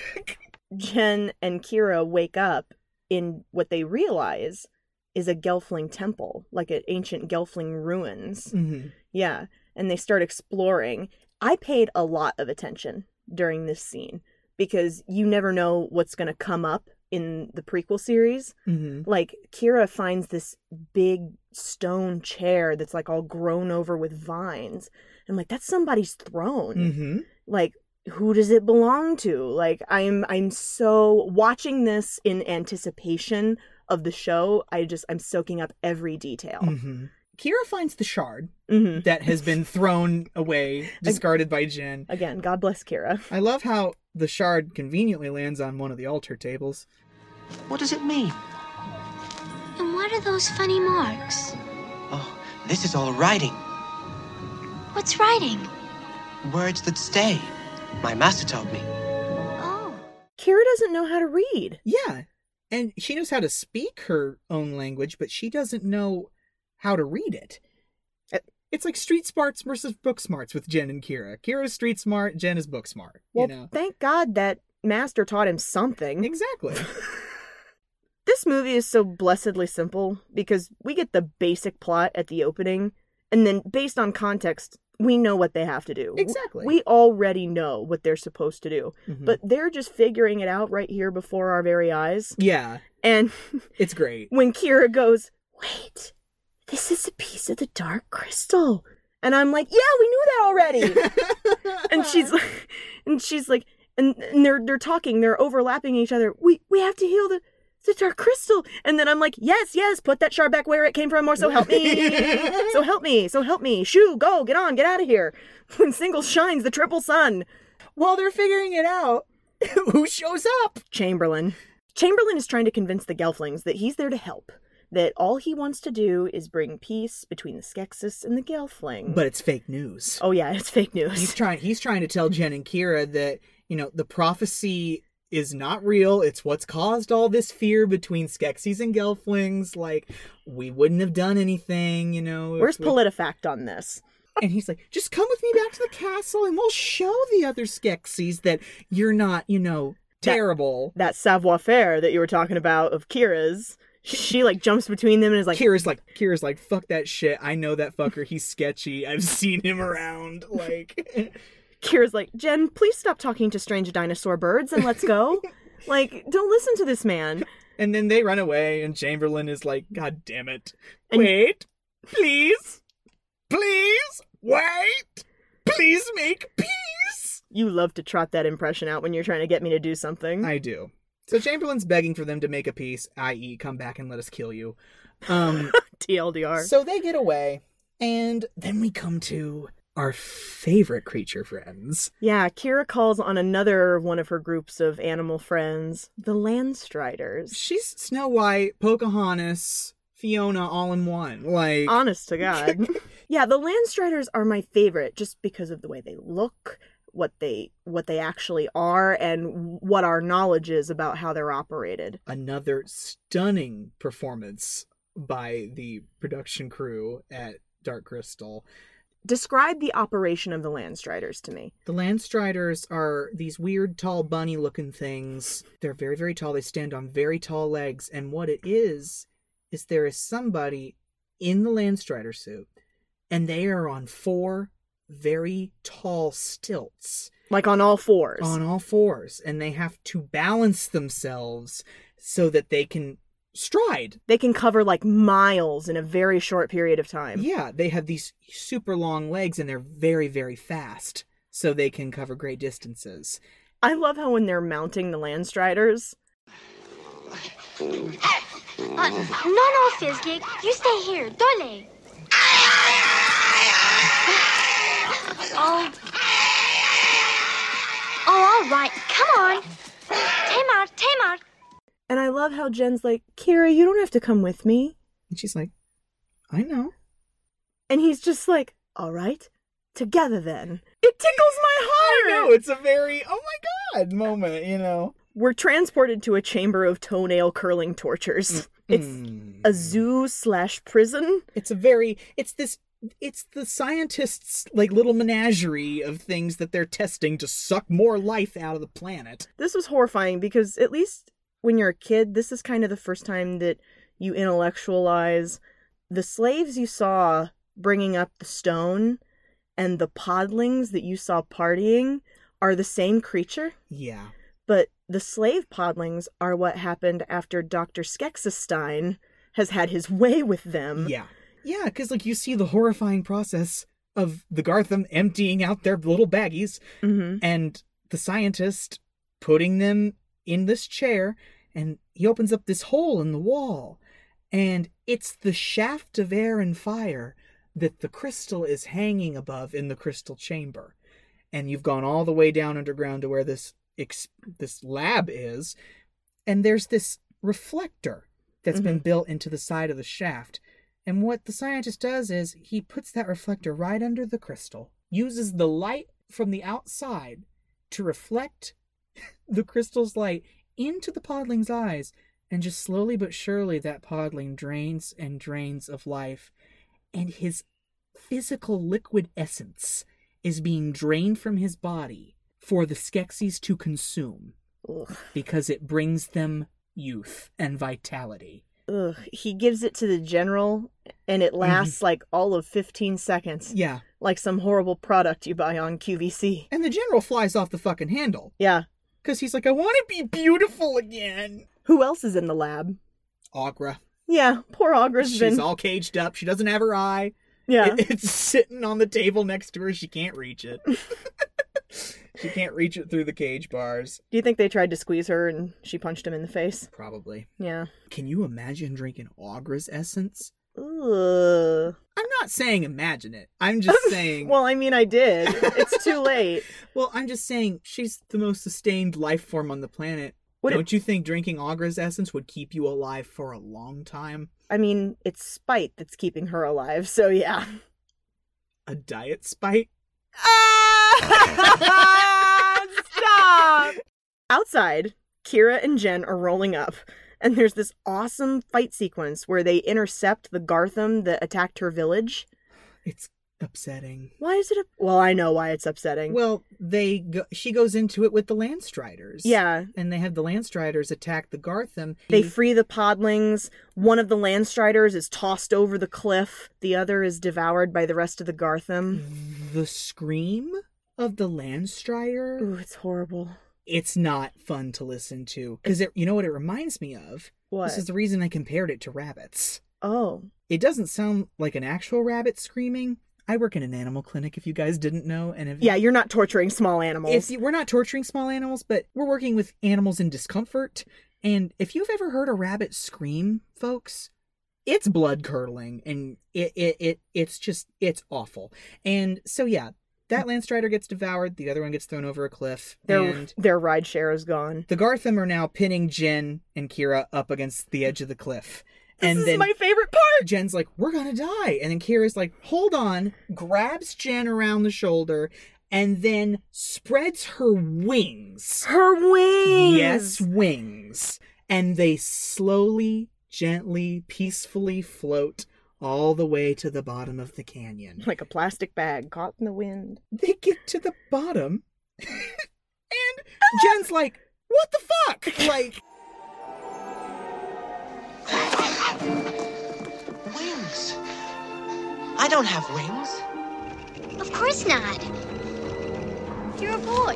Jen and Kira wake up in what they realize is a Gelfling temple, like an ancient Gelfling ruins. Mm-hmm. Yeah. And they start exploring. I paid a lot of attention during this scene because you never know what's going to come up in the prequel series. Mm-hmm. Like, Kira finds this big stone chair that's like all grown over with vines. I'm like, that's somebody's throne. Mm-hmm. Like, who does it belong to? Like, I'm I'm so watching this in anticipation of the show. I just I'm soaking up every detail. Mm-hmm. Kira finds the shard Mhm. that has been thrown away, discarded by Jen. Again, God bless Kira. I love how the shard conveniently lands on one of the altar tables. What does it mean? And what are those funny marks? Oh, this is all writing. What's writing? Words that stay. My master told me. Oh. Kira doesn't know how to read. Yeah. And she knows how to speak her own language, but she doesn't know how to read it. Uh, It's like street smarts versus book smarts with Jen and Kira. Kira's street smart, Jen is book smart. Well, mm-hmm. you know? thank God that Master taught him something. Exactly. This movie is so blessedly simple because we get the basic plot at the opening, and then based on context, we know what they have to do. Exactly. Hmm. Mm-hmm. We already know what they're supposed to do, but they're just figuring it out right here before our very eyes. yeah, And it's great. when Kira goes, Wait, this is a piece of the dark crystal. And I'm like, Yeah, we knew that already. and she's like, and she's like, and, and they're they're talking, they're overlapping each other. We we have to heal the the dark crystal. And then I'm like, yes, yes, put that shard back where it came from, or so help me, so help me, so help me. Shoo, go, get on, get out of here. When single shines the triple sun, While they're figuring it out, who shows up? Chamberlain. Chamberlain is trying to convince the Gelflings that he's there to help. That all he wants to do is bring peace between the Skeksis and the Gelflings. But it's fake news. oh yeah, it's fake He's news. trying he's trying to tell Jen and Kira that, you know, the prophecy is not real. It's what's caused all this fear between Skeksis and Gelflings. Like, we wouldn't have done anything, you know. if Where's we- PolitiFact on this? And he's like, just come with me back to the castle and we'll show the other Skeksis that you're not, you know, terrible. that savoir faire that you were talking about of Kira's. She like jumps between them and is like, Kira's like Kira's like, fuck that shit. I know that fucker. He's sketchy. I've seen him around. Like Kira's like, Jen, please stop talking to strange dinosaur birds and let's go. like, don't listen to this man. And then they run away, and Chamberlain is like, God damn it. And- Wait, please, please, wait, please make peace. You love to trot that impression out when you're trying to get me to do something. I do. So Chamberlain's begging for them to make a peace, i.e., come back and let us kill you. Um, TLDR. so they get away, and then we come to our favorite creature friends. yeah, Kira calls on another one of her groups of animal friends, the Landstriders. She's Snow White, Pocahontas, Fiona, all in one. Like, Honest to God. yeah, the Landstriders are my favorite just because of the way they look, what they what they actually are, and what our knowledge is about how they're operated. another stunning performance by the production crew at Dark Crystal. Describe the operation of the Landstriders to me. The Landstriders are these weird, tall, bunny looking things. They're very, very tall. They stand on very tall legs. And what it is, is there is somebody in the Landstrider suit, and they are on four very tall stilts Like on all fours. on all fours, and they have to balance themselves so that they can stride they can cover like miles in a very short period of time. Yeah, they have these super long legs and they're very, very fast, so they can cover great distances. I love how when they're mounting the Landstriders, Uh, no, no, Fizzgig. You stay here. Dole. Oh. Oh, all right. Come on. Tamar, Tamar. And I love how Jen's like, Kira, you don't have to come with me. And she's like, I know. And he's just like, all right, together then. It tickles my heart. No, it's a very oh my god moment, you know. We're transported to a chamber of toenail curling tortures. Mm-hmm. It's a zoo slash prison. It's a very it's this it's the scientists like little menagerie of things that they're testing to suck more life out of the planet. This was horrifying because at least when you're a kid, this is kind of the first time that you intellectualize the slaves you saw bringing up the stone and the podlings that you saw partying are the same creature, Yeah. but the slave podlings are what happened after Dr. Skexestein has had his way with them. Yeah. Yeah, because like you see the horrifying process of the Gartham emptying out their little baggies Mhm. and the scientist putting them in this chair and he opens up this hole in the wall and it's the shaft of air and fire that the crystal is hanging above in the crystal chamber and you've gone all the way down underground to where this ex- this lab is and there's this reflector that's been built into the side of the shaft and what the scientist does is he puts that reflector right under the crystal uses the light from the outside to reflect the crystal's light into the podling's eyes and just slowly but surely that podling drains and drains of life and his physical liquid essence is being drained from his body for the Skeksis to consume Ugh. because it brings them youth and vitality. Ugh. He gives it to the general and it lasts like all of 15 seconds. Yeah. Like some horrible product you buy on QVC. And the general flies off the fucking handle Yeah. because he's like, I want to be beautiful again. Who else is in the lab? Agra. Yeah, poor Augra's She's been. all caged up. She doesn't have her eye. yeah. It- it's sitting on the table next to her. She can't reach it. she can't reach it through the cage bars. Do you think they tried to squeeze her and she punched him in the face? Probably. Yeah. Can you imagine drinking Agra's essence? Ugh. I'm not saying imagine it. I'm just saying. Well, I mean, I did. It's too late. Well, I'm just saying she's the most sustained life form on the planet. Would it- Don't you think drinking Agra's essence would keep you alive for a long time? I mean, it's spite that's keeping her alive, so yeah. A diet spite? Ah, Stop! Outside, Kira and Jen are rolling up, and there's this awesome fight sequence where they intercept the Gartham that attacked her village. It's upsetting. Why is it? A- well, I know why it's upsetting. Well, they go, she goes into it with the Landstriders. yeah, And they have the Landstriders attack the Gartham. They free the podlings. One of the landstriders is tossed over the cliff. The other is devoured by the rest of the Gartham. the scream of the Landstrider. Ooh, it's horrible. it's not fun to listen to because it you know what it reminds me of What? this is the reason i compared it to rabbits Oh, it doesn't sound like an actual rabbit screaming i work in an animal clinic if you guys didn't know and if yeah. You're not torturing small animals. if you, we're not torturing small animals but we're working with animals in discomfort and if you've ever heard a rabbit scream folks it's blood curdling and it, it it it's just it's awful and so yeah that landstrider gets devoured the other one gets thrown over a cliff their and their ride share is gone. the Gartham are now pinning Jen and Kira up against the edge of the cliff. This and is then my favorite part. Jen's like, we're going to die. And then Kira's like, hold on, grabs Jen around the shoulder and then spreads her wings. Her wings. Yes, wings. And they slowly, gently, peacefully float all the way to the bottom of the canyon. Like a plastic bag caught in the wind. They get to the bottom and Jen's like, what the fuck? Like, Wings. I don't have wings. Of course not. You're a boy.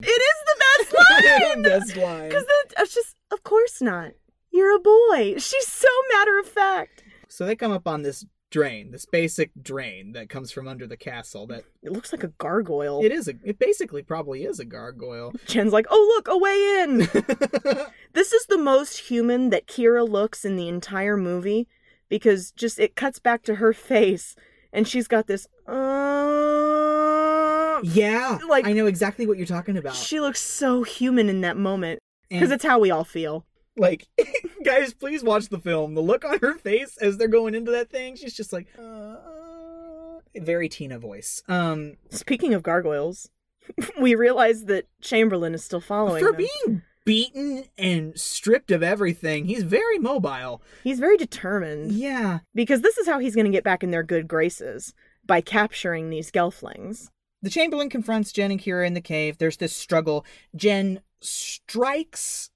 It is the best line. best line. Because it's just, of course not. You're a boy. She's so matter of fact. So they come up on this drain, this basic drain that comes from under the castle. That It looks like a gargoyle. it is a, it basically probably is a gargoyle. Jen's like, oh, look, a way in. this is the most human that Kira looks in the entire movie because just it cuts back to her face and she's got this uh, off. Yeah, Like- I know exactly what you're talking about. She looks so human in that moment because And- it's how we all feel. like, guys, please watch the film. The look on her face as they're going into that thing, she's just like, uh, very Tina voice. Um, Speaking of gargoyles, we realize that Chamberlain is still following. for them. being beaten and stripped of everything, he's very mobile. he's very determined Yeah, because this is how he's going to get back in their good graces by capturing these gelflings. The Chamberlain confronts Jen and Kira in the cave. There's this struggle. Jen strikes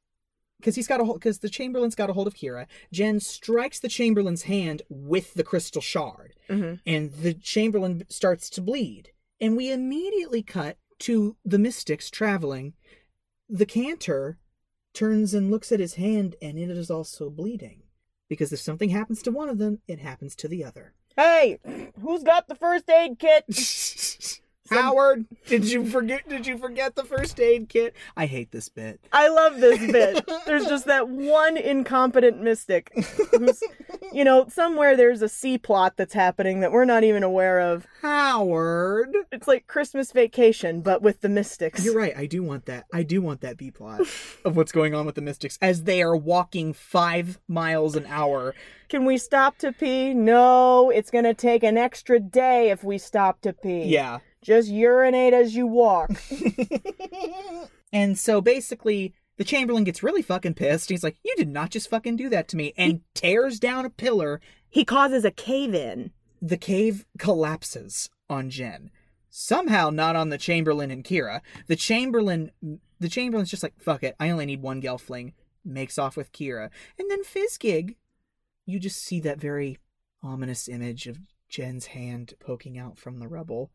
because he's got a hold because the Chamberlain's got a hold of Kira. Jen strikes the Chamberlain's hand with the crystal shard, Mhm. and the Chamberlain starts to bleed. And we immediately cut to the mystics traveling. The cantor turns and looks at his hand, and it is also bleeding. Because if something happens to one of them, it happens to the other. Hey, who's got the first aid kit? Howard, did you forget? Did you forget the first aid kit? I hate this bit. I love this bit. There's just that one incompetent mystic who's, you know, somewhere there's a C plot that's happening that we're not even aware of. Howard, It's like Christmas vacation, but with the mystics. you're right. I do want that. I do want that B plot of what's going on with the Mystics as they are walking five miles an hour. Can we stop to pee? No, it's going to take an extra day if we stop to pee. Yeah, Just urinate as you walk. and so basically. The Chamberlain gets really fucking pissed. He's like, You did not just fucking do that to me. And tears down a pillar he causes a cave in. the cave collapses on Jen. Somehow not on the Chamberlain and Kira. The Chamberlain the Chamberlain's just like, fuck it, I only need one Gelfling, makes off with Kira. And then Fizgig, you just see that very ominous image of Jen's hand poking out from the rubble.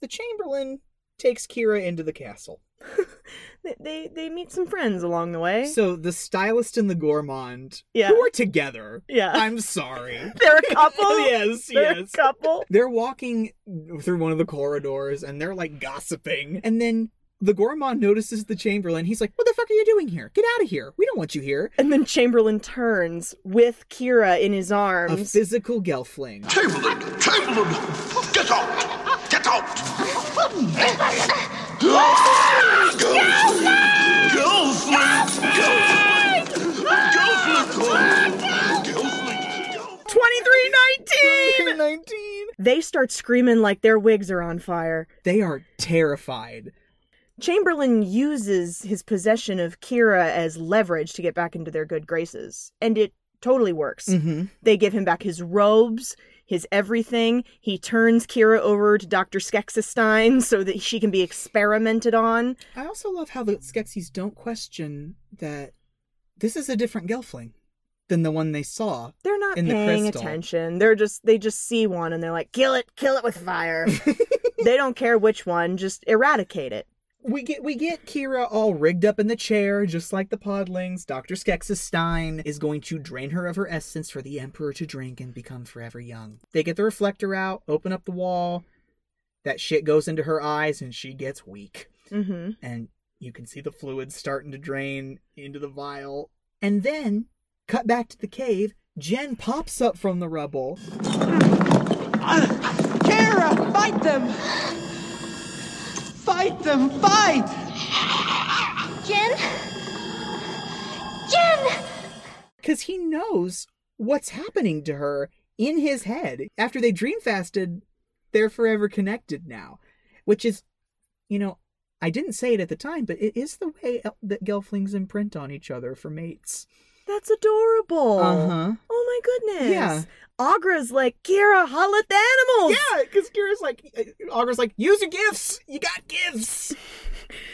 The Chamberlain takes Kira into the castle. They, they, they meet some friends along the way. So the stylist and the gourmand Yeah. who are together. Yeah. I'm sorry. Oh, they're a couple? yes, They're yes. a couple? They're walking through one of the corridors and they're like gossiping. And then the gourmand notices the Chamberlain. He's like, What the fuck are you doing here? Get out of here. We don't want you here. And then Chamberlain turns with Kira in his A arms. physical gelfling. Chamberlain! Chamberlain! Get out! Get out! Gelfling! Gelfling! Gelfling! Gelfling! 2319! 19. They start screaming like their wigs are on fire. They are terrified. Chamberlain uses his possession of Kira as leverage to get back into their good graces, and it totally works. Mm-hmm. They give him back his robes, his everything. He turns Kira over to Dr. Skexestein so that she can be experimented on. I also love how the Skeksis don't question that this is a different gelfling than the one they saw. They're not In the paying crystal. attention. They're just they just see one and they're like, "Kill it, kill it with fire." they don't care which one, just eradicate it. we get we get Kira all rigged up in the chair, just like the podlings. Dr. Skexestein is going to drain her of her essence for the Emperor to drink and become forever young. They get the reflector out, open up the wall. That shit goes into her eyes and she gets weak. Mhm. And you can see the fluids starting to drain into the vial. And then, cut back to the cave, Jen pops up from the rubble. Kara, fight them! Fight them, fight! Jen? Jen! because he knows what's happening to her in his head after they dream fasted they're forever connected now which is you know i didn't say it at the time but it is the way el- that gelflings imprint on each other for mates That's adorable. Uh-huh. Oh my goodness. Yeah. Agra's like, Kira, holla at the animals. yeah because kira's like augur's like use your gifts you got gifts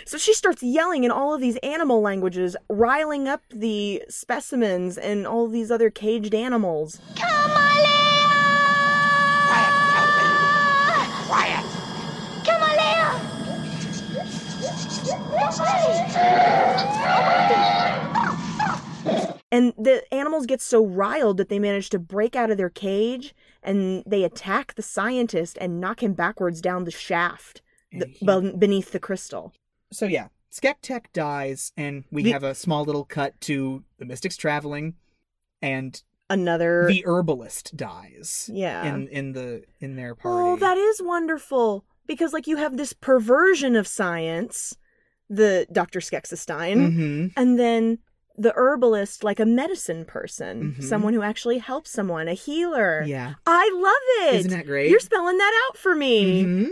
So she starts yelling in all of these animal languages, riling up the specimens and all these other caged animals. Quiet. Come on, Leia! And the animals get so riled that they manage to break out of their cage and they attack the scientist and knock him backwards down the shaft the, ben- beneath the crystal. so yeah skektek dies and we The- have a small little cut to the mystics traveling and Er Another. the herbalist dies Yeah. in in the in their party oh, that is wonderful. because like you have this perversion of science, the Dr. Skexestein, Mhm. and then the herbalist like a medicine person, Mhm. someone who actually helps someone, a healer. Yeah. I love it. Isn't that great? You're spelling that out for me. hmm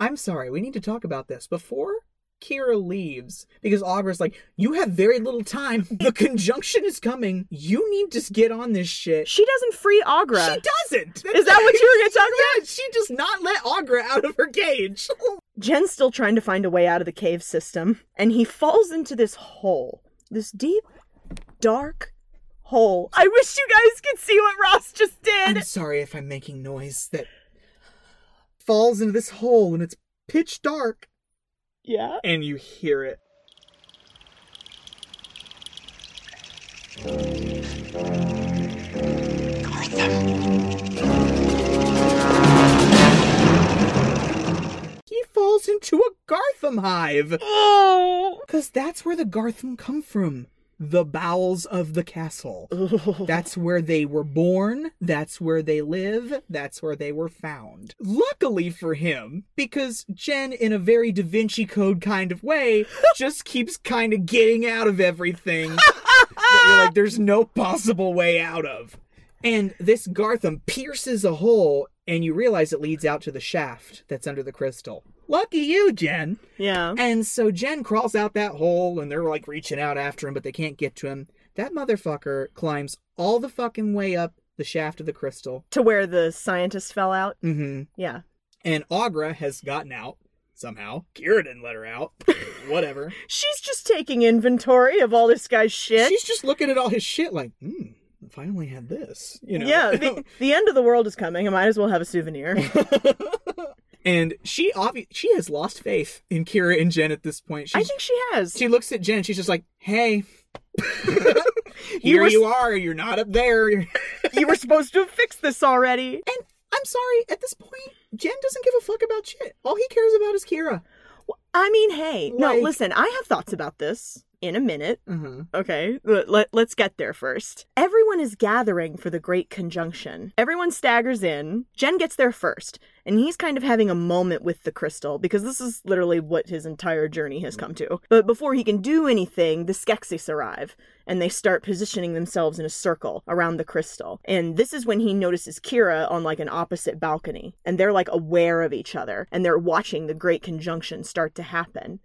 I'm sorry, we need to talk about this before Kira leaves because Aubrey's like, you have very little time. The conjunction is coming. You need to get on this shit. She doesn't free Agra. She doesn't. Is that what you were going to talk about? Yeah, she does not let Agra out of her cage. Jen's still trying to find a way out of the cave system, and he falls into this hole. This deep, dark hole. I wish you guys could see what Ross just did. I'm sorry if I'm making noise that falls into this hole and it's pitch dark. Yeah. And you hear it. He falls into a Gartham hive. Oh. Because that's where the Gartham come from. The bowels of the castle. That's where they were born. That's where they live. That's where they were found. Luckily for him, because Jen, in a very Da Vinci Code kind of way, just keeps kind of getting out of everything that you're like, there's no possible way out of. And this Gartham pierces a hole, and you realize it leads out to the shaft that's under the crystal. Lucky you, Jen. Yeah. And so Jen crawls out that hole and they're like reaching out after him, but they can't get to him. That motherfucker climbs all the fucking way up the shaft of the crystal. To where the scientist fell out. Mm-hmm. Yeah. And Agra has gotten out somehow. Kira didn't let her out. Whatever. She's just taking inventory of all this guy's shit. She's just looking at all his shit like, hmm, I finally had this. You know? Yeah, the, the end of the world is coming. I might as well have a souvenir. and she obvi- she has lost faith in Kira and Jen at this point. She's, I think she has. she looks at Jen. She's just like, hey. You Here were- you are. You're not up there. you were supposed to have fixed this already. And I'm sorry, at this point, Jen doesn't give a fuck about shit. All he cares about is Kira. I mean, hey, no, Like- listen, I have thoughts about this in a minute. Uh-huh. Okay, let, let, let's get there first. Everyone is gathering for the Great Conjunction. Everyone staggers in. Jen gets there first, and he's kind of having a moment with the crystal because this is literally what his entire journey has come to. But before he can do anything, the Skeksis arrive, and they start positioning themselves in a circle around the crystal. And this is when he notices Kira on like an opposite balcony, and they're like aware of each other, and they're watching the Great Conjunction start to happen.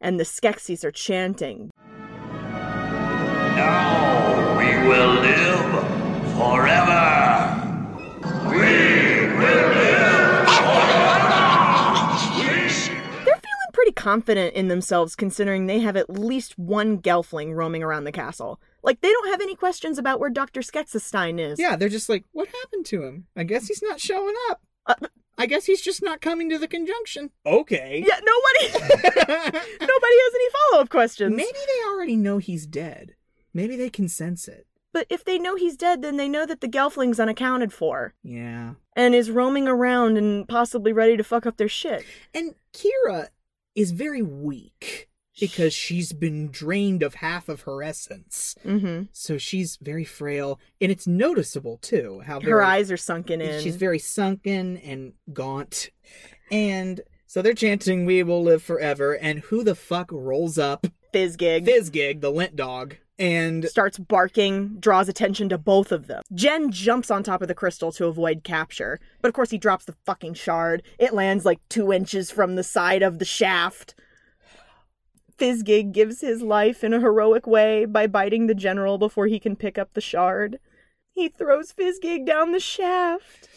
And the Skeksis are chanting, Now we will live forever. They're feeling pretty confident in themselves considering they have at least one gelfling roaming around the castle. Like, they don't have any questions about where Dr. Skexestein is. Yeah, they're just like, what happened to him? I guess he's not showing up. I guess he's just not coming to the conjunction. Okay. Yeah, nobody nobody has any follow-up questions. Maybe they already know he's dead. Maybe they can sense it. But if they know he's dead, then they know that the gelfling's unaccounted for Yeah. and is roaming around and possibly ready to fuck up their shit. And Kira is very weak because she's been drained of half of her essence. Mhm. So she's very frail, and it's noticeable too how Her very- eyes are sunken in. She's very sunken and gaunt. And so they're chanting, We will live forever. And who the fuck rolls up? Fizzgig. Fizzgig, the lint dog. And starts barking, draws attention to both of them. Jen jumps on top of the crystal to avoid capture, but of course he drops the fucking shard. It lands like two inches from the side of the shaft. Fizgig gives his life in a heroic way by biting the general before he can pick up the shard. He throws Fizgig down the shaft.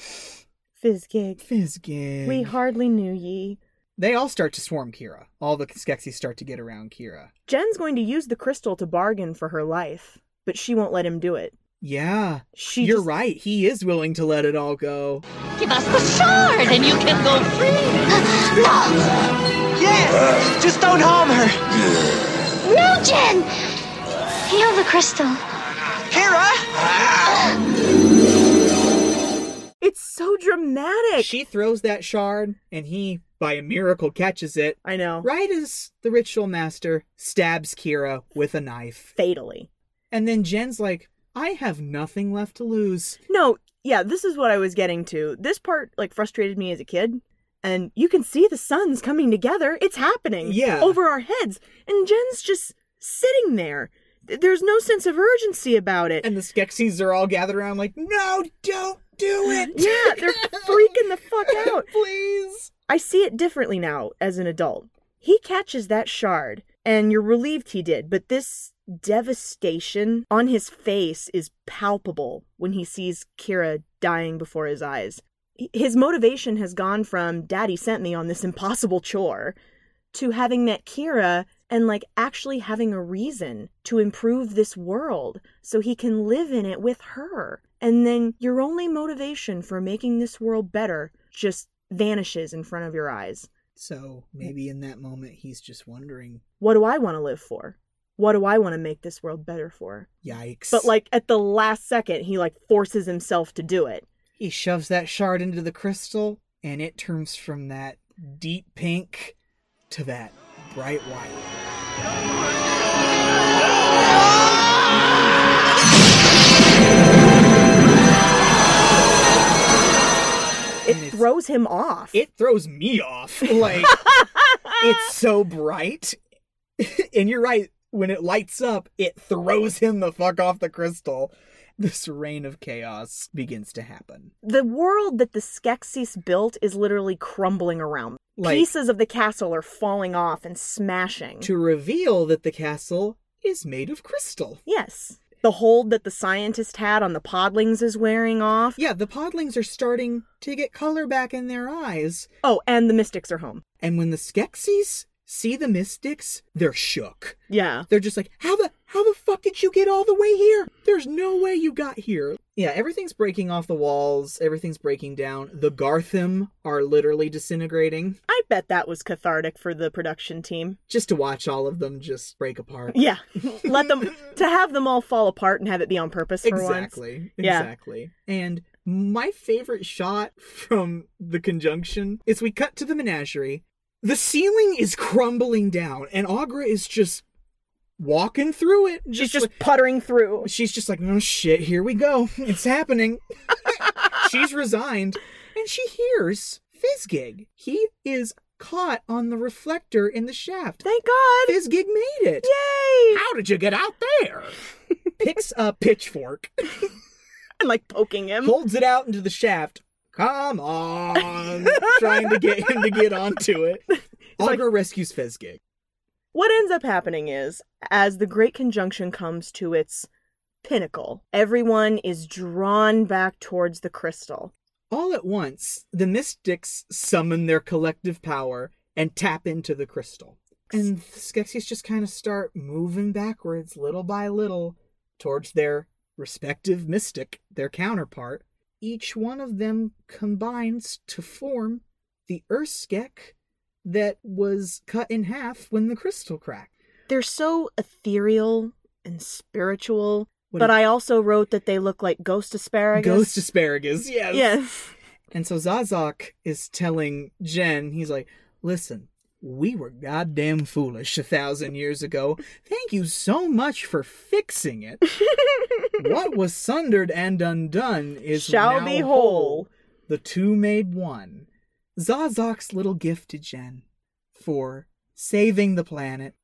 Fizgig, Fizzgig. we hardly knew ye. they all start to swarm Kira. All the Skeksis start to get around Kira. Jen's going to use the crystal to bargain for her life, but she won't let him do it. Yeah. She You're just- right. He is willing to let it all go. Give us the shard and you can go free. Uh, No! Uh. Yes! Just don't harm her! No, Jen! Heal the crystal. Kira! It's so dramatic. She throws that shard, and he, by a miracle, catches it. I know. Right as the ritual master stabs Kira with a knife. fatally. And then Jen's like, I have nothing left to lose. No, yeah, this is what I was getting to. This part like frustrated me as a kid and you can see the sun's coming together. It's happening. Yeah. Over our heads. And Jen's just sitting there. Th- There's no sense of urgency about it. And the Skeksis are all gathered around, like, no, don't do it. yeah, they're freaking the fuck out. Please. I see it differently now as an adult. He catches that shard, and you're relieved he did, but this devastation on his face is palpable when he sees Kira dying before his eyes. H- His motivation has gone from, Daddy sent me on this impossible chore, to having met Kira and like actually having a reason to improve this world so he can live in it with her. And then your only motivation for making this world better just vanishes in front of your eyes. So maybe in that moment, he's just wondering, What do I want to live for? What do I want to make this world better for? yikes. But like at the last second, he like forces himself to do it. he shoves that shard into the crystal, and it turns from that deep pink to that bright white. It And it's- throws him off. It throws me off. Like, it's so bright. and you're right. When it lights up, it throws him the fuck off the crystal. This reign of chaos begins to happen. the world that the Skeksis built is literally crumbling around. Like- Pieces of the castle are falling off and smashing. To reveal that the castle is made of crystal. Yes. The hold that the scientist had on the podlings is wearing off. Yeah, the podlings are starting to get color back in their eyes. Oh, and the mystics are home. And when the Skeksis see the mystics, they're shook. Yeah. They're just like, how the how the fuck did you get all the way here? There's no way you got here. Yeah, everything's breaking off the walls. Everything's breaking down. The Gartham are literally disintegrating. I bet that was cathartic for the production team. Just to watch all of them just break apart. Yeah. Let them to have them all fall apart and have it be on purpose for once. Exactly. Yeah. Exactly. And my favorite shot from the conjunction is we cut to the menagerie. The ceiling is crumbling down, and Agra is just walking through it. She's just puttering through. she's just like, oh shit, here we go. It's happening. she's resigned. And she hears Fizgig. He is caught on the reflector in the shaft. Thank God. Fizgig made it. Yay! How did you get out there? Picks a pitchfork, And like poking him. holds it out into the shaft. Come on. Trying to get him to get onto it. Augur rescues Fezgig. What ends up happening is, as the Great Conjunction comes to its pinnacle, everyone is drawn back towards the crystal. All at once, the mystics summon their collective power and tap into the crystal. And the Skeksis just kind of start moving backwards little by little towards their respective mystic, their counterpart. Each one of them combines to form the Earth Skek that was cut in half when the crystal cracked. They're so ethereal and spiritual, What but a- I also wrote that they look like ghost asparagus. Ghost asparagus, yes. Yes. And so Zazok is telling Jen, he's like, listen, we were goddamn foolish a thousand years ago. Thank you so much for fixing it. what was sundered and undone is Shall now be whole. The two made one. Zazok's little gift to Jen for saving the planet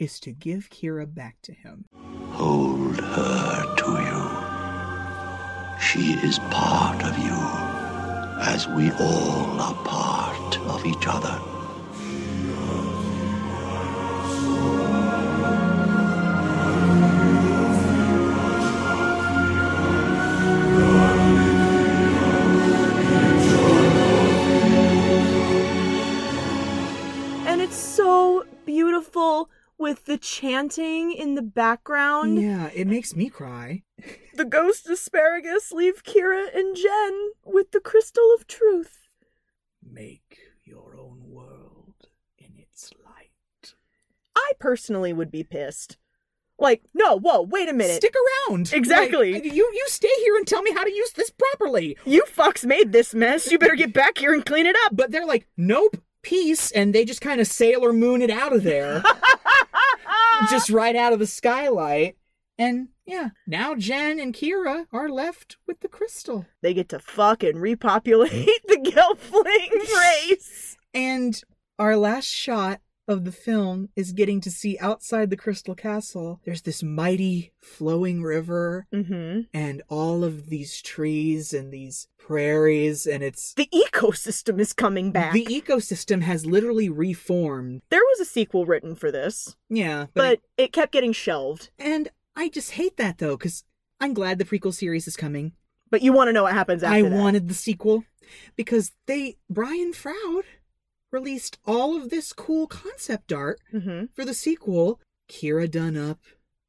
is to give Kira back to him. Hold her to you. She is part of you, as we all are part of each other. And it's so beautiful with the chanting in the background. Yeah, it makes me cry. The ghost asparagus leave Kira and Jen with the crystal of truth. Make your own world in its light. I personally would be pissed. Like, no, whoa, wait a minute. Stick around. Exactly. Like, you you stay here and tell me how to use this properly. you fucks made this mess. You better get back here and clean it up. But they're like, nope, peace, and they just kind of sailor moon it out of there, just right out of the skylight. And yeah, now Jen and Kira are left with the crystal. They get to fucking repopulate the Gelfling. running race. And our last shot of the film is getting to see outside the Crystal Castle, there's this mighty flowing river Mm-hmm. and all of these trees and these prairies, and it's The ecosystem is coming back. the e- ecosystem has literally reformed. there was a sequel written for this, Yeah, but it, kept getting shelved. and I just hate that though, because I'm glad the prequel series is coming. But you want to know what happens after I that. wanted the sequel because they Brian Froud released all of this cool concept art Mhm. for the sequel. Kira done up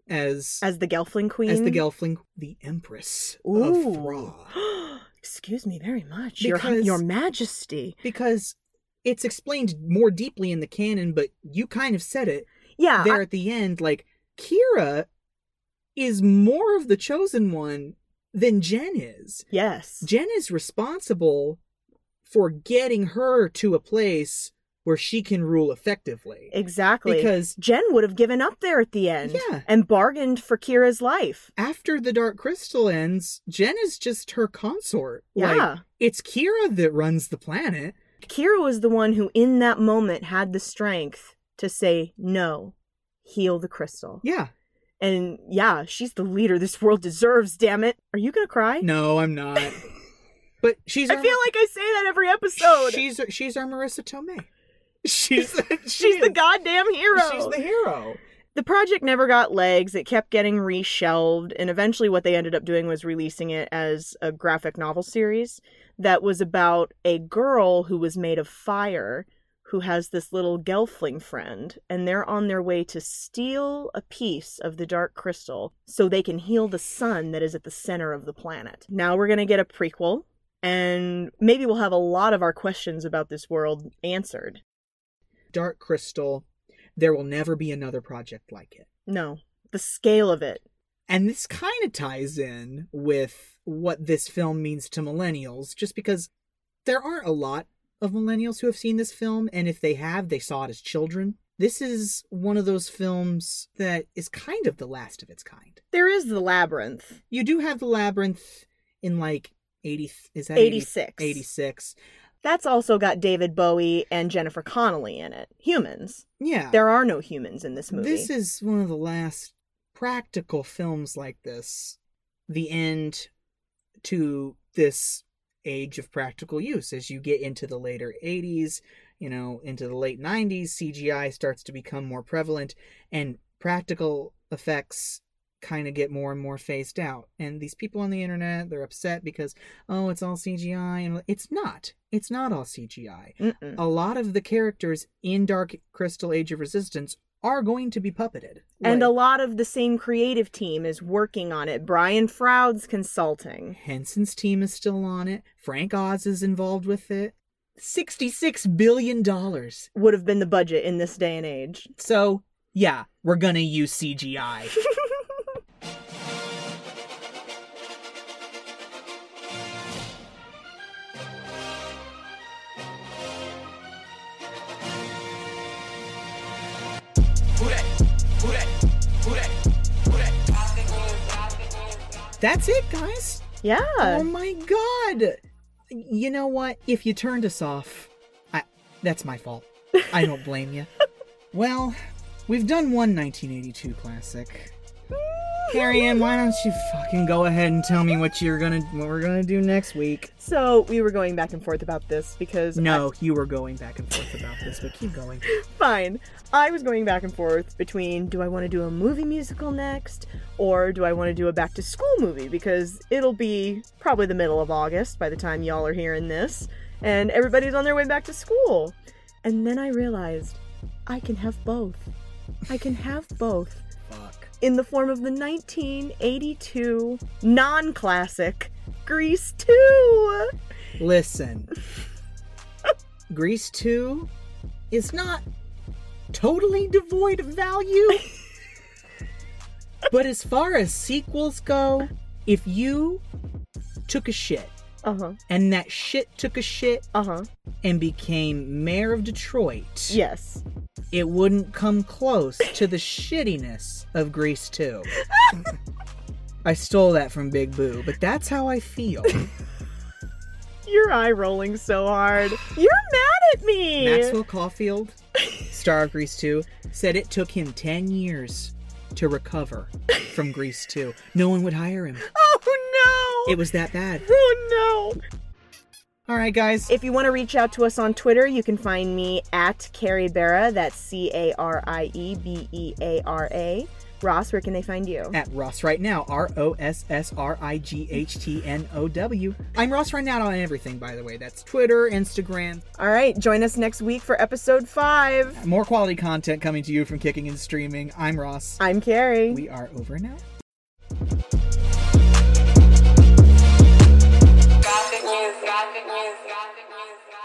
as as the Gelfling Queen. as the Gelfling, the Empress Ooh. of Thra, Excuse me very much, Your Because- Your Majesty. because it's explained more deeply in the canon. But you kind of said it Yeah, there I- at the end, like Kira is more of the chosen one than Jen is. yes, Jen is responsible for getting her to a place where she can rule effectively. exactly. Because- Jen would have given up there at the end, Yeah. and bargained for Kira's life. After the Dark Crystal ends, Jen is just her consort. Like, Yeah. it's Kira that runs the planet. Kira was the one who, in that moment, had the strength to say no, heal the crystal. Yeah. And yeah, she's the leader this world deserves. Damn it! Are you gonna cry? No, I'm not. but she's I our- feel like I say that every episode. she's she's our Marissa Tomei. She's she's the is. goddamn hero. She's the hero. the project never got legs. It kept getting reshelved, and eventually, what they ended up doing was releasing it as a graphic novel series that was about a girl who was made of fire who has this little gelfling friend, and they're on their way to steal a piece of the dark crystal so they can heal the sun that is at the center of the planet. Now we're going to get a prequel, and maybe we'll have a lot of our questions about this world answered. Dark Crystal. There will never be another project like it. No, the scale of it. And this kind of ties in with what this film means to millennials, just because there aren't a lot of millennials who have seen this film, and if they have, they saw it as children. This is one of those films that is kind of the last of its kind. There is the labyrinth. You do have The Labyrinth in like 80, is that 86. 86. That's also got David Bowie and Jennifer Connelly in it. Humans. Yeah. There are no humans in this movie. This is one of the last practical films like this. The end to this age of practical use as you get into the later 80s, you know, into the late 90s, CGI starts to become more prevalent and practical effects kind of get more and more phased out. And these people on the internet, they're upset because oh, it's all CGI and it's not. It's not all CGI Mm-mm. a lot of the characters in Dark Crystal Age of Resistance are going to be puppeted. and a Like, lot of the same creative team is working on it. Brian Froud's consulting. Henson's team is still on it. Frank Oz is involved with it. $66 billion. Would have been the budget in this day and age. So, yeah, we're going to use CGI. That's it, guys. Yeah. Oh my god. You know what? If you turned us off, I that's my fault. I don't blame you. Well, we've done one 1982 classic. Carrie Ann, why don't you fucking go ahead and tell me what you're gonna what we're gonna do next week? so we were going back and forth about this because No, you were going back and forth about this, but keep going. fine. I was going back and forth between do I want to do a movie musical next or do I want to do a back to school movie because it'll be probably the middle of August by the time y'all are hearing this and everybody's on their way back to school. And then I realized I can have both. I can have both Fuck. in the form of the 1982 non classic Grease 2. Listen. Grease 2 is not totally devoid of value. but as far as sequels go, if you took a shit Uh huh. and that shit took a shit Uh huh. and became mayor of Detroit, Yes. it wouldn't come close to the shittiness of Grease 2. I stole that from Big Boo, but that's how I feel. You're eye rolling so hard. You're mad at me. Maxwell Caulfield, star of Grease 2, said it took him 10 years to recover from Grease 2. No one would hire him. Oh no. It was that bad. Oh no. All right, guys. If you want to reach out to us on Twitter, you can find me at Carrie Barra. That's C A R I E B E A R A. Ross, where can they find you? At Ross Right Now, R O S S R I G H T N O W. I'm Ross Right Now on everything, by the way. That's Twitter, Instagram. All right, join us next week for episode five. More quality content coming to you from Kicking and Streaming. I'm Ross. I'm Carrie. We are over now. Gossip news, gossip news, gossip news, gossip news.